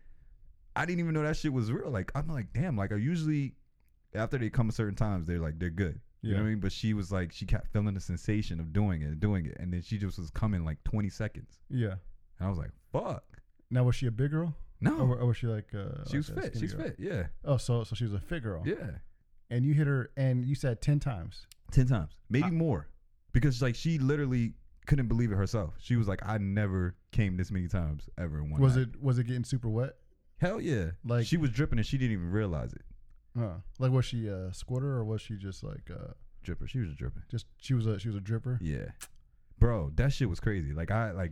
A: I didn't even know that shit was real. Like I'm like, damn. Like I usually after they come certain times, they're like they're good. You know what I mean? But she was like, she kept feeling the sensation of doing it, and doing it, and then she just was coming like 20 seconds,
B: Yeah.
A: and I was like, fuck,
B: Now was she a big girl? Or,
A: no.
B: wa- or was she like uh
A: She was
B: like a
A: fit.
B: Oh, skinny
A: She's
B: girl?
A: fit. Yeah,
B: Oh, so so she was a fit girl.
A: yeah.
B: And you hit her and you said ten times.
A: Ten times, maybe
B: I-
A: more, because like she literally couldn't believe it herself. She was like, "I never came this many times ever." In one
B: was
A: night.
B: it was it getting super wet?
A: Hell yeah!
B: Like-
A: Like she was dripping and she didn't even realize it.
B: Uh, like was she a squirter or was she just like uh
A: Dripper. She was dripping.
B: just she was a she was a dripper?
A: Yeah, bro, that shit was crazy. Like I like.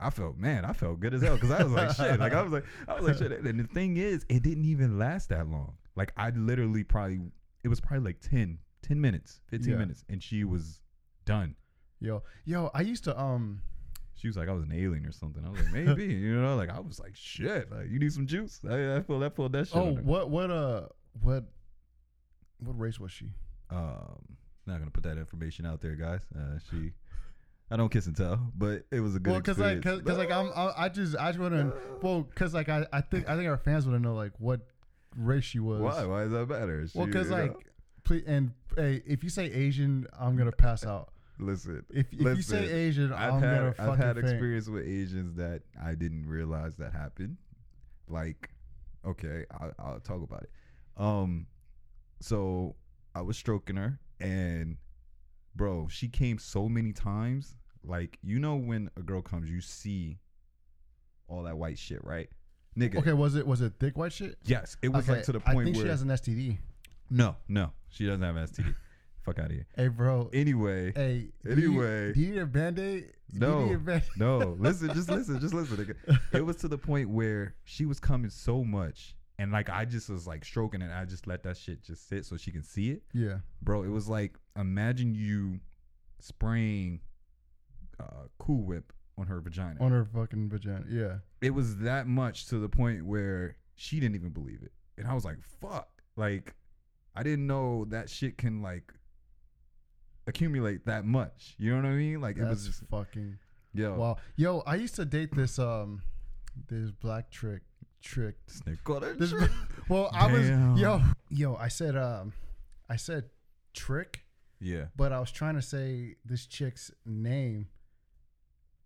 A: I felt man, I felt good as hell because I was like shit. Like I was like, I was like shit. And the thing is, it didn't even last that long. Like I literally probably, it was probably like 10, 10 minutes, fifteen
B: Yeah.
A: minutes, and she was done.
B: Yo yo, I used to um
A: She was like, I was an alien or something. I was like, maybe, you know, like I was like, shit, like you need some juice. I, I feel that pulled that shit.
B: oh
A: on her.
B: what what uh what what race was she?
A: Um, not gonna put that information out there, guys. Uh, she, I don't kiss and tell, but it was a good.
B: well, because
A: because
B: like, cause, 'cause, like I'm, I, I just, I just want to, well, because like I, I think, I think our fans want to know like what race she was.
A: why? Why is that matter?
B: Well,
A: She-
B: because
A: you know?
B: like, please, and hey, if you say Asian, I'm gonna pass out.
A: listen,
B: If, if you say
A: Listen,
B: Asian, i
A: I've
B: am
A: had
B: gonna
A: I've
B: fucking
A: had
B: faint.
A: experience with Asians that I didn't realize that happened. Like, okay, I, I'll talk about it. Um, so I was stroking her, and bro, she came so many times. Like, you know when a girl comes, you see all that white shit, right? Nigga,
B: Okay, was it was it thick white shit?
A: yes, it was
B: okay,
A: like to the
B: I
A: point
B: think
A: where
B: she has an STD.
A: no, no, she doesn't have STD. Fuck out of here.
B: Hey, bro.
A: Anyway,
B: hey.
A: anyway.
B: do you, do you need a band aid? Do you need
A: No.
B: a band
A: No, listen, just listen, just listen. nigga. It was to the point where she was coming so much, and like I just was like stroking it. I just let that shit just sit so she can see it,
B: Yeah.
A: bro. It was like imagine you spraying uh, Cool Whip on her vagina.
B: On her fucking vagina. Yeah.
A: it was that much to the point where she didn't even believe it, and I was like, "Fuck!" Like I didn't know that shit can like accumulate that much. You know what I mean? Like it
B: That's
A: was just Oh.
B: fucking
A: yo.
B: wow. Yo, I used to date this um, this black trick trick
A: this nigga caught her
B: This-
A: trick.
B: Well, I
A: Damn.
B: was yo yo. I said um, I said trick,
A: yeah.
B: but I was trying to say this chick's name,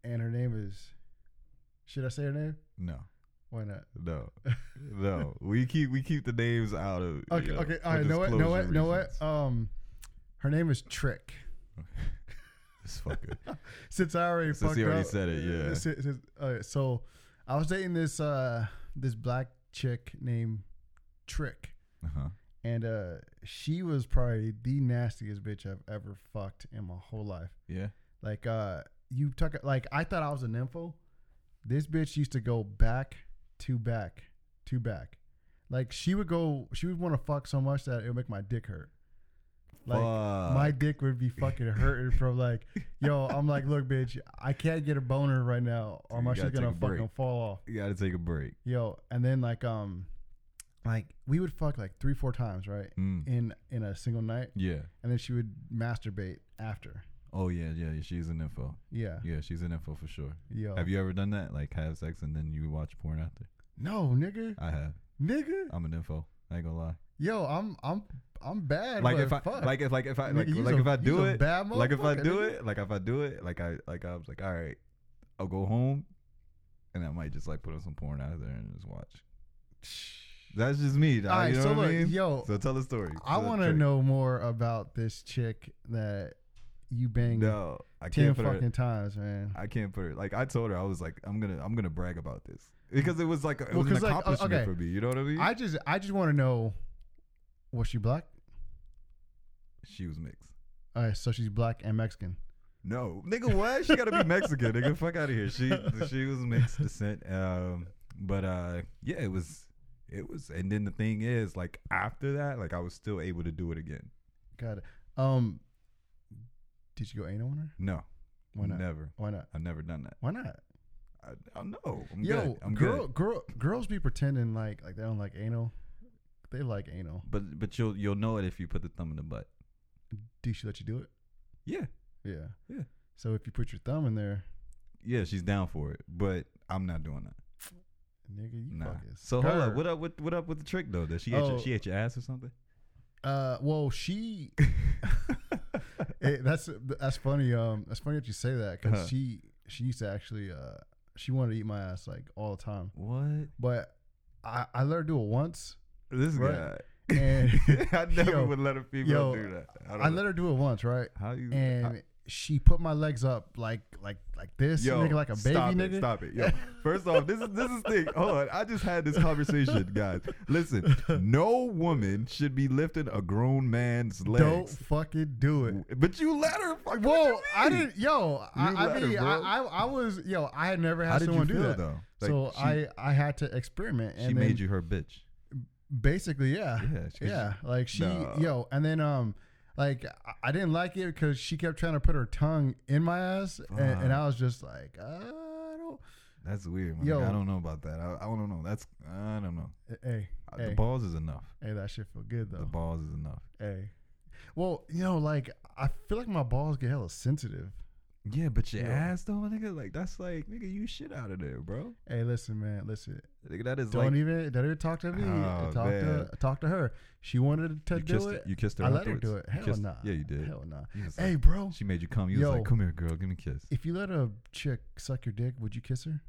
B: and her name is. Should I say her name?
A: No,
B: Why not?
A: no, no. we keep we keep the names out of. you
B: Okay,
A: know,
B: okay.
A: for
B: All right. Know what? Know what?
A: disclosure
B: Know what?
A: reasons.
B: Um, her name is Trick.
A: This fucker.
B: Since I already
A: Since
B: fucked
A: he already
B: up,
A: said it, yeah.
B: uh, si- si- all right, so I was dating this uh this black chick named Trick.
A: Uh huh.
B: And uh, she was probably the nastiest bitch I've ever fucked in my whole life.
A: Yeah.
B: Like uh you took like I thought I was a nympho. This bitch used to go back to back to back. Like she would go she would want to fuck so much that it would make my dick hurt. Like my dick would be fucking hurting from like, yo, I'm like, look, bitch, I can't get a boner right now or
A: You
B: my
A: gotta
B: shit gonna
A: take a break.
B: fucking fall off.
A: you gotta take a break.
B: Yo, and then like um like we would fuck like three, four times, right?
A: Mm.
B: In in a single night.
A: Yeah.
B: And then she would masturbate after.
A: Oh yeah, yeah. She's an info.
B: Yeah.
A: Yeah, she's an info for sure.
B: Yo.
A: Have you ever done that? Like have sex and then you watch porn after?
B: No, nigga.
A: I have.
B: Nigga.
A: I'm an info. I ain't gonna lie.
B: Yo, I'm I'm I'm bad.
A: Like
B: but
A: if I
B: fuck.
A: like if like if I like,
B: Nigga, you's
A: like
B: a-
A: if I
B: you's
A: do
B: a
A: it
B: bad
A: like if I
B: motherfucker,
A: do
B: nigga.
A: it like if I do it like I like I was like all right, I'll go home, and I might just like put on some porn out there and just watch. That's just me. dawg,
B: Alright,
A: you know
B: so
A: what I
B: look,
A: mean?
B: yo,
A: so tell the story.
B: I
A: So
B: want to
A: trick.
B: know more about this chick that you banged
A: No, I
B: ten
A: can't put
B: fucking
A: her.
B: times, man.
A: I can't put her. Like I told her, I was like, I'm gonna, I'm gonna brag about this because it was like it
B: Well,
A: was an
B: 'cause, like, o-
A: accomplishment
B: okay.
A: for me. You know what I mean?
B: I just I just want to know, was she black?
A: she was mixed.
B: All right, so she's black and Mexican.
A: No, nigga, what? She gotta be Mexican, nigga. Fuck out of here. She she was mixed descent. Um, but uh, yeah, it was it was. And then the thing is, like after that, like I was still able to do it again.
B: Got it. Um, did you go anal on her?
A: No,
B: Why not?
A: never.
B: Why not?
A: I've never done that.
B: Why not?
A: I, I know. I'm
B: Yo,
A: good. I'm
B: girl,
A: good.
B: girl, girls be pretending like like they don't like anal. They like anal.
A: But but you'll you'll know it if you put the thumb in the butt.
B: Did she let you do it?
A: Yeah,
B: Yeah.
A: Yeah.
B: So if you put your thumb in there,
A: yeah, she's down for it. But I'm not doing that.
B: nigga, you
A: Nah.
B: fucking.
A: So hold up.
B: scared.
A: What up? What, what up with the trick though? That she ate your,
B: Oh.
A: she ate your ass or something?
B: Uh, well, she. Eh, that's that's funny. Um, that's funny that you say that because
A: Uh-huh.
B: she she used to actually uh she wanted to eat my ass like all the time,
A: What?
B: but I I let her do it once
A: This
B: Right.
A: guy.
B: and
A: I never
B: Yo,
A: would let a female
B: yo,
A: do that.
B: I let her do it once right,
A: How you?
B: and
A: I-
B: she put my legs up like like like this,
A: yo,
B: nigga, like a baby
A: stop
B: nigga.
A: It, stop it. Yo, first off, this is this is thing. Hold on, I just had this conversation, guys. Listen, no woman should be lifting a grown man's
B: Don't
A: legs.
B: fucking do it.
A: But you let her. Fuck, what you
B: Whoa, I
A: mean?
B: didn't. Yo, I,
A: You
B: I
A: let her,
B: mean,
A: bro.
B: I, I I was yo, I had never had
A: How did you
B: someone do
A: feel
B: that.
A: though? Like,
B: so
A: she,
B: I I had to experiment.
A: she
B: and then
A: made you her bitch.
B: basically yeah.
A: Yeah, she-
B: Yeah, like she,
A: Nah.
B: yo, and then um, like I- I didn't like it because she kept trying to put her tongue in my ass, and, and I was just like, I don't.
A: That's weird. Man.
B: Yo.
A: I don't know about that. I, I don't know. That's I don't know.
B: Hey,
A: Uh, The
B: hey,
A: balls is enough.
B: hey, that shit feel good
A: The
B: though.
A: balls is enough.
B: Hey, well, you know, like I feel like my balls get hella sensitive.
A: Yeah, but your
B: Yo.
A: ass though, nigga. Like that's like nigga, you shit out of there, bro.
B: Hey, listen, man, listen.
A: Nigga, that is
B: Don't
A: like
B: even don't even talk to me.
A: Oh,
B: talk
A: man.
B: to talk to her. She wanted to
A: you
B: do
A: kissed
B: it.
A: her. You kissed her.
B: I let her
A: afterwards?
B: do it.
A: You
B: Hell
A: kissed-
B: nah.
A: Yeah, you did.
B: Hell nah.
A: You was
B: Hey,
A: like-
B: bro.
A: she made you come. You was
B: yo.
A: like, come here, girl, give me a kiss.
B: if you let a chick suck your dick, would you kiss her?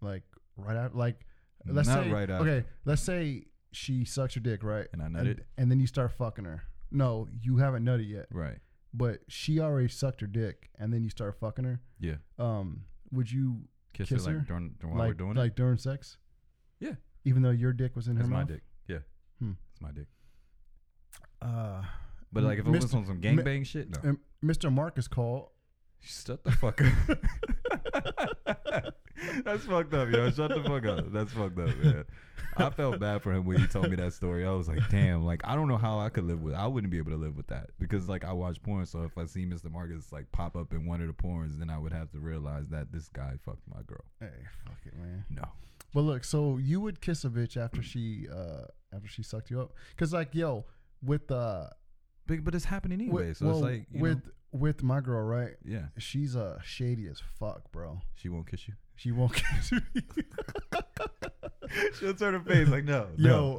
B: Like right after, like let's
A: Not
B: say
A: right after.
B: okay, let's say she sucks your dick, right?
A: And I nut
B: And,
A: it.
B: and then you start fucking her. No, you haven't nutted yet,
A: Right.
B: but she already sucked her dick, and then you start fucking her.
A: Yeah.
B: Um, would you
A: Kiss,
B: Kiss
A: her
B: her?
A: like during, during while
B: like
A: we're doing
B: like during sex?
A: Yeah.
B: even though your dick was in
A: it.
B: her
A: It's my
B: mouth.
A: dick. Yeah.
B: Hmm.
A: It's my dick.
B: Uh,
A: But like if it
B: Mr.
A: was on some
B: Mi-
A: gangbang shit, no.
B: and Mr. Marcus called.
A: Shut the fuck up. That's fucked up, yo. Shut the fuck up. That's fucked up, man. I felt bad for him when he told me that story. I was like, damn, like I don't know how I could live with I wouldn't be able to live with that. Because like I watch porn, so if I see Mr. Marcus like pop up in one of the porns, then I would have to realize that this guy fucked my girl.
B: Hey, fuck it, man.
A: No.
B: But look, so you would kiss a bitch after she uh after she sucked you up, because like yo, with uh
A: But but it's happening
B: wi-
A: anyway. so
B: well,
A: it's like you know,
B: with with my girl, right?
A: Yeah.
B: She's uh shady as fuck, bro.
A: She won't kiss you.
B: She won't kiss me.
A: She'll turn her face like no.
B: yo,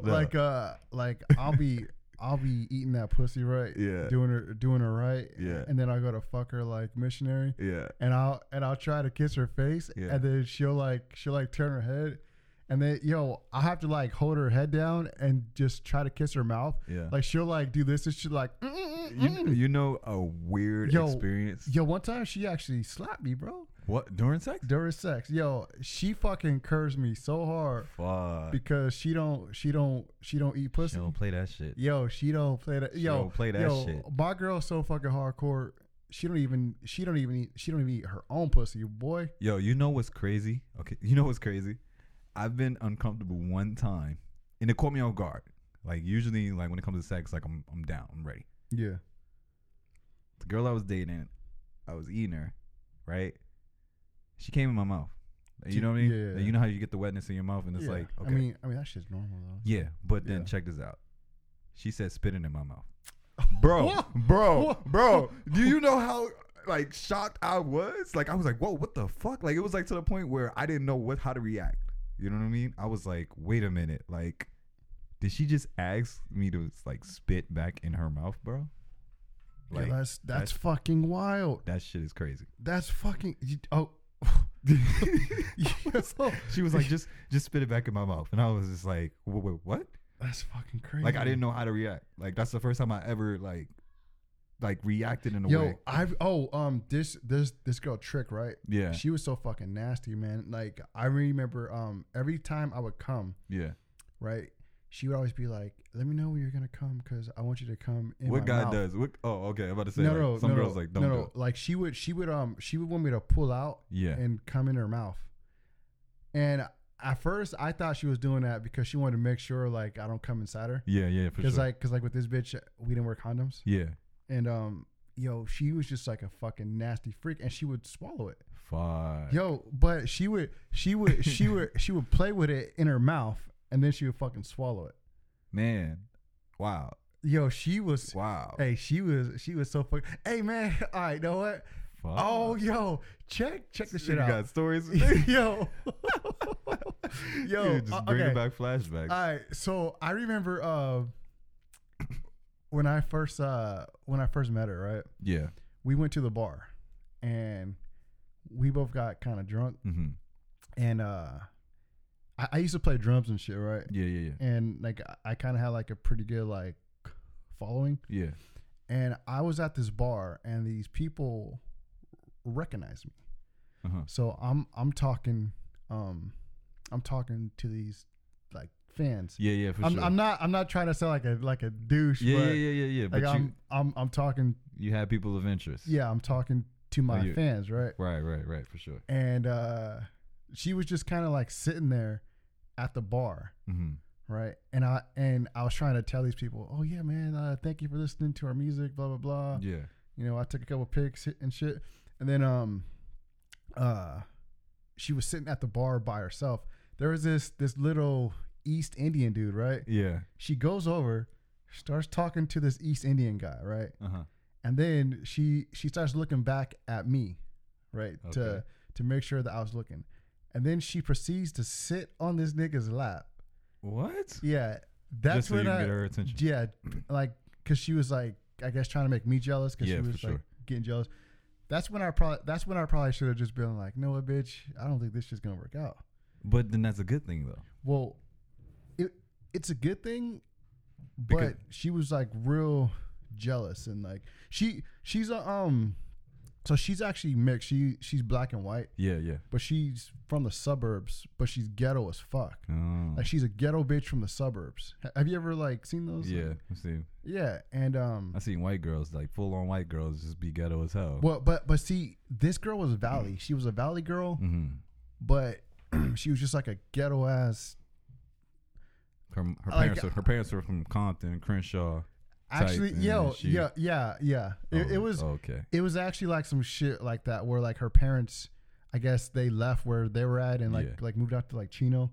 A: no, no.
B: like uh like I'll be I'll be eating that pussy right,
A: Yeah.
B: doing her doing her right,
A: Yeah.
B: and then I go to fuck her like missionary,
A: Yeah.
B: and I'll and I'll try to kiss her face,
A: Yeah.
B: and then she'll like she'll like turn her head, and then yo, I have to like hold her head down and just try to kiss her mouth.
A: Yeah.
B: Like she'll like do this and she like, mm, mm, mm,
A: you,
B: mm.
A: you know a weird
B: Yo,
A: experience.
B: yo, one time she actually slapped me, bro,
A: What during sex?
B: during sex. Yo, she fucking cursed me so hard
A: Fuck.
B: because she don't she don't she don't eat
A: She
B: pussy.
A: don't play that shit.
B: Yo, she don't play that.
A: She
B: yo,
A: don't play that
B: yo,
A: shit.
B: My girl's so fucking hardcore. She don't even she don't even eat she don't even eat her own pussy, boy.
A: Yo, you know what's crazy? Okay, you know what's crazy? I've been uncomfortable one time, and it caught me off guard. Like usually, like when it comes to sex, like I'm I'm down, I'm ready.
B: Yeah.
A: The girl I was dating, I was eating her, right? She came in my mouth. Like, you know what I mean?
B: Yeah.
A: Like, you know how you get the wetness in your mouth, and it's
B: Yeah.
A: like, okay,
B: I mean, I mean that shit's normal though.
A: yeah. But then
B: Yeah.
A: check this out. She said spitting in my mouth. bro,
B: What?
A: bro,
B: What?
A: bro. Do you know how like shocked I was? Like I was like, whoa, what the fuck? Like it was like to the point where I didn't know what how to react. You know what I mean? I was like, wait a minute, like, did she just ask me to like spit back in her mouth, bro?
B: Yeah,
A: Like
B: that's, that's
A: that's-
B: fucking wild.
A: that shit is crazy.
B: That's fucking you- oh. Yo,
A: She was like, just just spit it back in my mouth, and I was just like, wait, wait what?
B: that's fucking crazy.
A: Like I didn't know how to react. Like that's the first time I ever like like reacted in a
B: Yo,
A: way.
B: I've oh um this this this girl trick right.
A: Yeah,
B: She was so fucking nasty, man. Like I remember um every time I would come
A: yeah,
B: right, she would always be like, "Let me know when you're gonna come, cause I want you to come." In
A: what
B: my
A: guy
B: mouth."
A: does? What? Oh, okay. I'm about to say.
B: no,
A: like,
B: no,
A: some
B: no,
A: girls
B: no,
A: like don't.
B: no,
A: do
B: no.
A: it.
B: Like she would, she would, um, she would want me to pull out
A: Yeah.
B: and come in her mouth. And at first, I thought she was doing that because she wanted to make sure, like, I don't come inside her.
A: yeah. Yeah. For sure.
B: Because like, cause like with this bitch, we didn't wear condoms,
A: yeah.
B: and um, yo, she was just like a fucking nasty freak, and she would swallow it.
A: Fuck.
B: Yo, but she would, she would, she would, she would play with it in her mouth, and then she would fucking swallow it.
A: Man. Wow.
B: Yo, she was,
A: Wow.
B: hey, she was, she was so fucking. Hey man, all right, know what?
A: Fuck.
B: Oh, yo, check, check
A: you
B: the shit
A: got
B: out,
A: stories.
B: yo, yo,
A: Dude, just
B: uh,
A: bringing
B: okay.
A: back flashbacks.
B: All right, so I remember uh, when I first uh when I first met her, right?
A: yeah.
B: We went to the bar, and we both got kind of drunk,
A: Mm-hmm.
B: and uh, I, I used to play drums and shit, right?
A: Yeah. Yeah. Yeah.
B: And like I- I kind of had like a pretty good like following,
A: Yeah.
B: and I was at this bar, and these people recognized me.
A: Uh huh.
B: So I'm I'm talking, um, I'm talking to these like fans.
A: Yeah. Yeah. For
B: I'm,
A: sure.
B: I'm not. I'm not trying to sound like a like a douche.
A: yeah,
B: but
A: yeah. Yeah. Yeah. Yeah. But
B: Like
A: you
B: I'm, I'm. I'm talking.
A: you have people of interest.
B: Yeah, I'm talking to my
A: you-
B: fans, right?
A: Right. Right. Right. For sure.
B: And uh, she was just kind of like sitting there at the bar,
A: Mm-hmm.
B: right? And I and I was trying to tell these people, oh yeah, man, uh, thank you for listening to our music, blah blah blah.
A: yeah.
B: You know, I took a couple pics and shit, and then um, uh, she was sitting at the bar by herself. There was this this little East Indian dude, right?
A: Yeah.
B: she goes over, starts talking to this East Indian guy, right?
A: Uh huh.
B: And then she she starts looking back at me, right? To
A: Okay.
B: to make sure that I was looking. And then she proceeds to sit on this nigga's lap.
A: What?
B: Yeah, that's
A: Just so
B: when
A: you
B: I
A: can get her attention.
B: yeah, like because she was like I guess trying to make me jealous because
A: Yeah,
B: she
A: for
B: was like
A: sure.
B: getting jealous. That's when I probably that's when I probably should have just been like, no, what, bitch, I don't think this shit's gonna work out.
A: But then that's a good thing though.
B: Well, it it's a good thing,
A: Because-
B: but she was like real jealous and like she she's a um so she's actually mixed. She she's black and white,
A: Yeah. Yeah.
B: but she's from the suburbs, but she's ghetto as fuck.
A: Oh.
B: Like she's a ghetto bitch from the suburbs. Ha- Have you ever like seen those?
A: Yeah. I see.
B: Yeah, and um
A: I seen white girls like full on white girls just be ghetto as hell.
B: well but but see, this girl was valley. She was a valley girl,
A: Mm-hmm.
B: but she was just like a ghetto ass
A: Her, her
B: Like,
A: parents. were, her parents were from Compton, Crenshaw. type,
B: Actually,
A: and
B: yo,
A: then she-
B: yeah, yeah, yeah. It, it
A: Oh,
B: was
A: okay.
B: it was actually like some shit like that where like her parents i guess they left where they were at and like
A: Yeah.
B: like moved out to like chino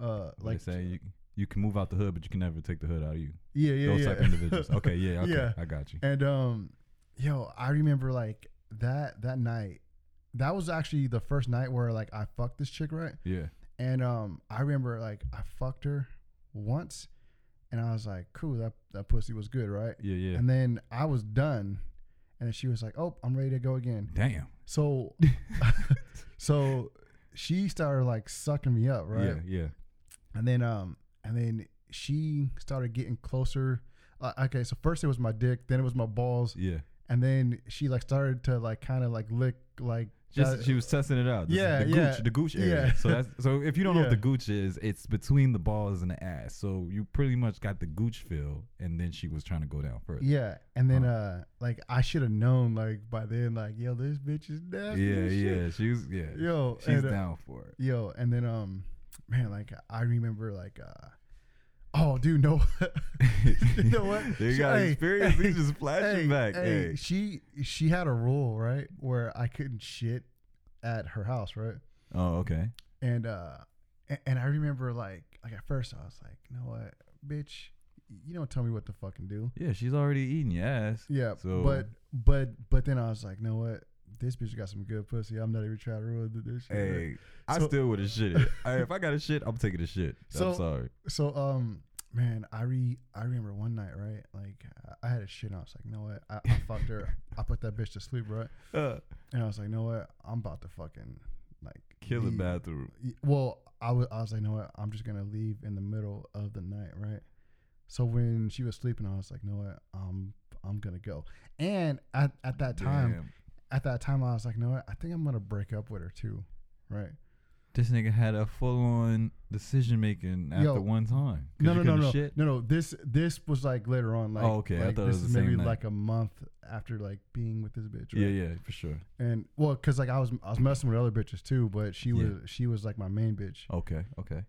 B: uh
A: Like
B: like
A: they say you, you can move out the hood, but you can never take the hood out of you.
B: yeah yeah
A: Those
B: yeah
A: type of individuals. Okay, yeah, okay,
B: Yeah.
A: I got you.
B: and um yo i remember like that that night that was actually the first night where like i fucked this chick right
A: Yeah,
B: and um i remember like i fucked her once and i was like cool that that pussy was good right
A: yeah, yeah.
B: and then i was done and then she was like oh i'm ready to go again
A: Damn.
B: So, so she started like sucking me up, right?
A: Yeah, yeah.
B: And then, um, and then she started getting closer. Uh, okay, so first it was my dick, then it was my balls,
A: Yeah.
B: and then she like started to like kind of like lick like
A: Just
B: that-
A: she was testing it out. This is
B: yeah,
A: the
B: yeah,
A: gooch, the gooch area.
B: yeah.
A: So that's so if you don't know what
B: Yeah.
A: the gooch is, it's between the balls and the ass. So you pretty much got the gooch feel, and then she was trying to go down further.
B: yeah. And then
A: Uh-huh.
B: uh, like I should have known like by then like yo this bitch is
A: Yeah,
B: nasty.
A: yeah.
B: as shit.
A: She was yeah.
B: Yo,
A: she's
B: and, uh,
A: down for it.
B: Yo, and then um, man, like I remember like uh, oh dude, no, you know what?
A: You
B: She-
A: got
B: hey,
A: experience.
B: hey,
A: He's just flashing back.
B: hey,
A: Hey.
B: she she had a rule right where I couldn't shit at her house, right?
A: Oh, okay.
B: And uh, and, and I remember like like at first I was like, you know what, bitch, you don't tell me what to fucking do.
A: Yeah, she's already eating your ass.
B: Yeah,
A: So-
B: but but but then I was like, you know what, this bitch got some good pussy. I'm not even trying to ruin this. Shit. right?
A: Hey, I
B: So-
A: still would have shit it. Hey, if I got a shit, I'm taking a shit.
B: So-
A: I'm sorry.
B: So um man, I re I remember one night, right? Like I- I had a shit and I was like, you know what? I, I fucked her. I put that bitch to sleep, right?
A: Uh,
B: And I was like, you know what? I'm about to fucking like
A: kill the
B: leave."
A: bathroom.
B: Y- Well, I was I was like, you know what? I'm just gonna leave in the middle of the night, right? So when she was sleeping, I was like, you know what? I'm I'm gonna go. And at, at that time,
A: Damn.
B: at that time, I was like, you know what? I think I'm gonna break up with her too, right?
A: This nigga had a full on decision making after
B: Yo.
A: one time. 'Cause
B: No, no,
A: you
B: no,
A: couldn't
B: no,
A: shit.
B: no, no. This this was like later on. Like,
A: Oh, okay. I
B: like,
A: thought it
B: this
A: was
B: is
A: the same
B: maybe
A: night.
B: like a month after like being with this bitch. Right?
A: Yeah, yeah, for sure.
B: And well, cause like I was I was messing with other bitches too, but she
A: Yeah.
B: was she was like my main bitch.
A: Okay, okay.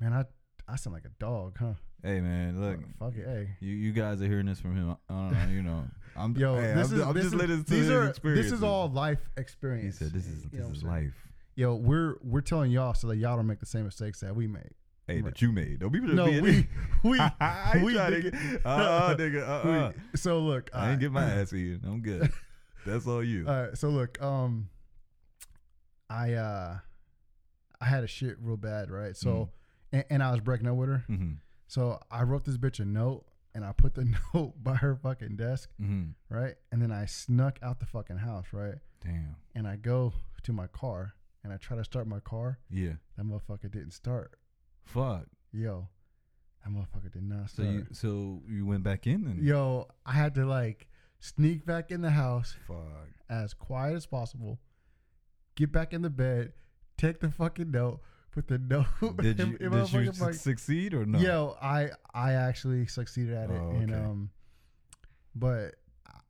B: Man, I I sound like a dog, huh?
A: Hey man, look,
B: Well, fuck it, hey.
A: you you guys are hearing this from him. I don't know, you know. I'm
B: Yo,
A: hey,
B: this
A: I'm,
B: is
A: ju- I'm
B: this
A: just
B: is-
A: listening to
B: these
A: his
B: are this
A: experiences.
B: is all life
A: He
B: experience.
A: said, "This is
B: You know
A: this
B: what I'm
A: is
B: saying?
A: life."
B: Yo, we're we're telling y'all so that y'all don't make the same mistakes that we make.
A: Hey,
B: Right.
A: that you made. Don't be just
B: No,
A: being
B: we we
A: I
B: we,
A: try to
B: did
A: get-
B: it.
A: uh, uh, nigga, uh,
B: We-
A: uh.
B: So look,
A: I
B: alright.
A: didn't get my ass eaten. I'm good. That's all you.
B: All right, so look, um, I uh, I had a shit real bad, right? So,
A: Mhm.
B: and, and I was breaking up with her.
A: hmm
B: So I wrote this bitch a note, and I put the note by her fucking desk,
A: hmm
B: right? And then I snuck out the fucking house, right?
A: Damn.
B: And I go to my car, and I try to start my car.
A: Yeah.
B: That motherfucker didn't start.
A: Fuck.
B: Yo, that motherfucker did not
A: So
B: start.
A: you so you went back in and
B: Yo, I had to like sneak back in the house.
A: fuck.
B: as quiet as possible, get back in the bed, take the fucking note, put the note
A: Did
B: in-
A: you
B: in my
A: did you
B: fucking
A: su-
B: pocket.
A: succeed or no?
B: Yo, I I actually succeeded at it,
A: Oh,
B: and
A: okay.
B: um, but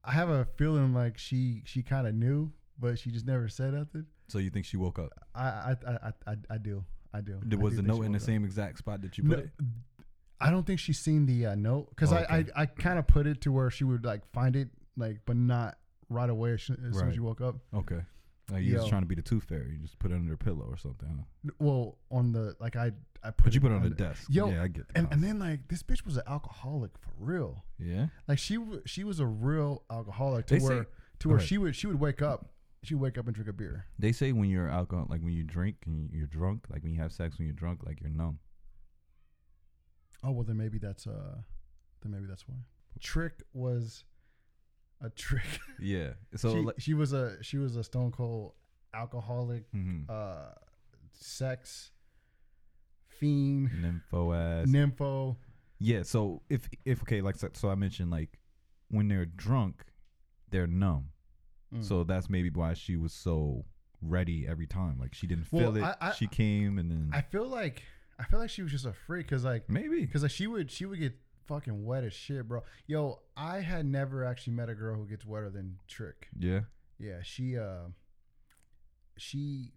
B: I have a feeling like she she kind of knew, but she just never said nothing.
A: So you think she woke up?
B: I I I I, I, I do I do.
A: There
B: I
A: was the
B: do think she
A: note in the
B: woke up.
A: same exact spot that you
B: No,
A: put it?
B: I don't think she's seen the uh, note because I,
A: Okay.
B: I I kind of put it to where she would like find it like, but not right away as, soon- as soon
A: Right.
B: as you woke up.
A: Okay. Like you was
B: Yo.
A: trying to be the tooth fairy. You just put it under a pillow or something. Huh?
B: Well, on the like I I put
A: But you put it on the
B: the-
A: desk.
B: Yo,
A: yeah, I get the
B: and,
A: concept.
B: and then like this bitch was an alcoholic for real.
A: Yeah.
B: Like she w- she was a real alcoholic to
A: They say-
B: where to
A: go
B: where
A: ahead.
B: she would she would wake up she would wake up and drink a beer.
A: They say when you're alcohol, like when you drink and you're drunk, like when you have sex when you're drunk, like you're numb.
B: Oh well, then maybe that's uh then maybe that's why. Trick was a trick.
A: Yeah. So
B: So she,
A: like,
B: she was a she was a stone cold alcoholic,
A: mhm.
B: uh, sex fiend,
A: nympho ass.
B: nympho.
A: yeah. So if if okay, like so, so I mentioned like when they're drunk, they're numb.
B: Mm.
A: So that's maybe why she was so ready every time. Like she didn't feel
B: Well,
A: it.
B: I- I-
A: she came and then
B: I feel like I feel like she was just a freak because like
A: maybe.
B: Because like she would, she would get fucking wet as shit, bro. Yo, I had never actually met a girl who gets wetter than Trick.
A: Yeah.
B: Yeah, she, uh, she,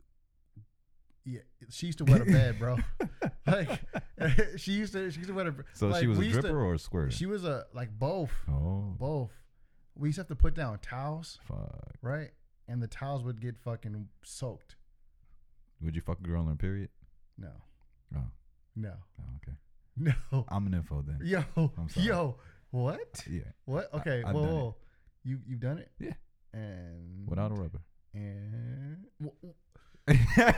B: yeah, she used to wet a bed, bro. like she used to, she used to wet her.
A: So
B: like,
A: she was a
B: we used
A: dripper
B: to-
A: or a squirter.
B: She was a like both,
A: oh
B: both. We used to have to put down towels,
A: fuck.
B: right? And the towels would get fucking soaked.
A: Would you fuck a girl on her period?
B: No,
A: Oh.
B: no,
A: oh okay.
B: no.
A: I'm an info then.
B: Yo,
A: I'm sorry.
B: yo, what?
A: Yeah.
B: What? Okay.
A: I've
B: whoa,
A: done it.
B: whoa. You you've done it?
A: Yeah.
B: And
A: Without a rubber.
B: and Wh- wh-
A: oh.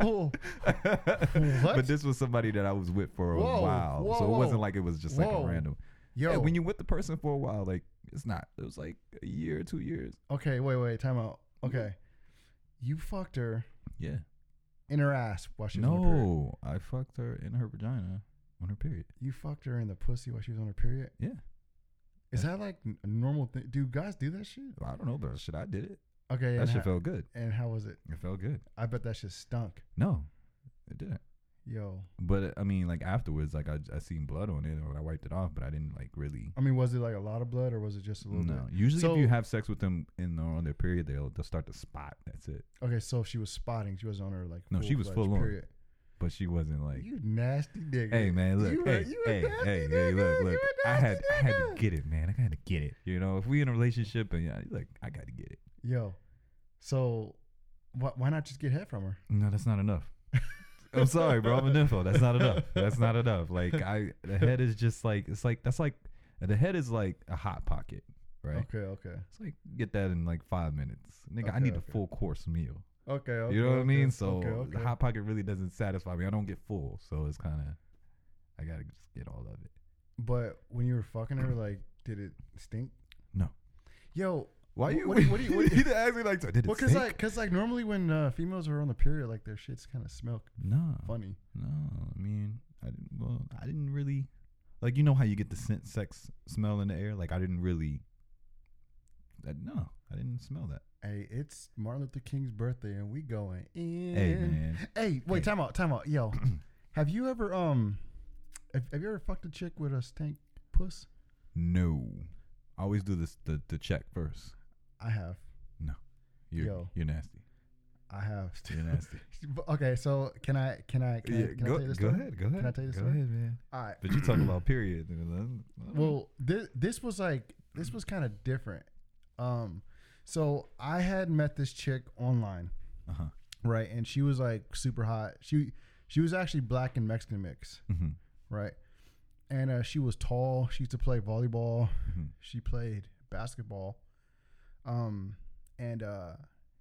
B: oh, What?
A: But this was somebody that I was with for a
B: Whoa,
A: while, so it
B: whoa,
A: wasn't like it was just like a
B: whoa.
A: random.
B: yo.
A: Yeah, when you with the person for a while, like it's not. It was like a year, two years.
B: okay, wait, wait, time out. Okay, you fucked her
A: Yeah.
B: in her ass while she was on her period.
A: No, I fucked her in her vagina on her period.
B: You fucked her in the pussy while she was on her period.
A: Yeah.
B: Is that like n- a normal thing? Do guys do that shit?
A: I don't know, but shit, I did it.
B: Okay,
A: That
B: and,
A: shit
B: ho-
A: felt good.
B: and how was it?
A: It felt good.
B: I bet that shit stunk.
A: No, it didn't.
B: Yo,
A: But uh, I mean, like afterwards, like I, I seen blood on it, or I wiped it off, but I didn't like really.
B: I mean, was it like a lot of blood or was it just a little
A: No, usually
B: So-
A: if you have sex with them in their, on their period, they'll they'll start to spot. That's it.
B: bit? Okay, so she was spotting. She was on her like
A: No, she was
B: full-fledged
A: full on.
B: period.
A: But she wasn't like,
B: you nasty nigga.
A: hey man, look,
B: You a-
A: hey,
B: you a
A: hey,
B: nasty
A: hey, hey,
B: nigga,
A: look,
B: you
A: look,
B: a
A: I had
B: nasty
A: I had to
B: nigga.
A: get it, man. I had to get it. You know, if we in a relationship and yeah, like I got to get it.
B: Yo, so wh- why not just get head from her?
A: No, that's not enough. I'm sorry, bro. I'm an info. That's not enough. That's not enough. Like I, the head is just like it's like that's like the head is like a hot pocket, right?
B: Okay, okay,
A: It's like get that in like five minutes, nigga. I
B: Okay,
A: need
B: okay.
A: a full course meal.
B: okay. okay
A: you know what I
B: okay,
A: mean? So
B: okay,
A: the
B: okay.
A: hot pocket really doesn't satisfy me. I don't get full, so it's kind of I gotta just get all of it.
B: but when you were fucking her, like, did it stink?
A: No.
B: Yo,
A: Why
B: Wh- what do you- what do you- what do you-
A: ask me like that? Did
B: well,
A: it
B: cause
A: stink?
B: like, cause like normally when uh, females are on the period, like their shits kind of smell
A: no,
B: funny.
A: no. I mean, I didn't. Well, I didn't really like. You know how you get the scent, sex smell in the air? Like I didn't really. That, no, I didn't smell that.
B: Hey, it's Martin Luther King's birthday, and we going in.
A: Hey, man.
B: Hey, wait,
A: Hey.
B: time out, time out, yo. have you ever um, have, have you ever fucked a chick with a stank puss?
A: No, I always do this the the check first.
B: I have,
A: You're
B: Yo.
A: you're nasty.
B: I have.
A: You're nasty.
B: But, okay, so can I, can I, can, I,
A: Yeah,
B: can
A: go,
B: I tell you this
A: go
B: story?
A: ahead. Go ahead.
B: I tell you the
A: go
B: story?
A: ahead, man.
B: All right.
A: But you talk about period. you know, that-
B: Well, this this was like this was kind of different. Um, so I had met this chick online,
A: uh-huh.
B: right, and she was like super hot. She she was actually black and Mexican mix,
A: Mm-hmm.
B: right, and uh, she was tall. She used to play volleyball.
A: Mhm.
B: She played basketball, um, and uh,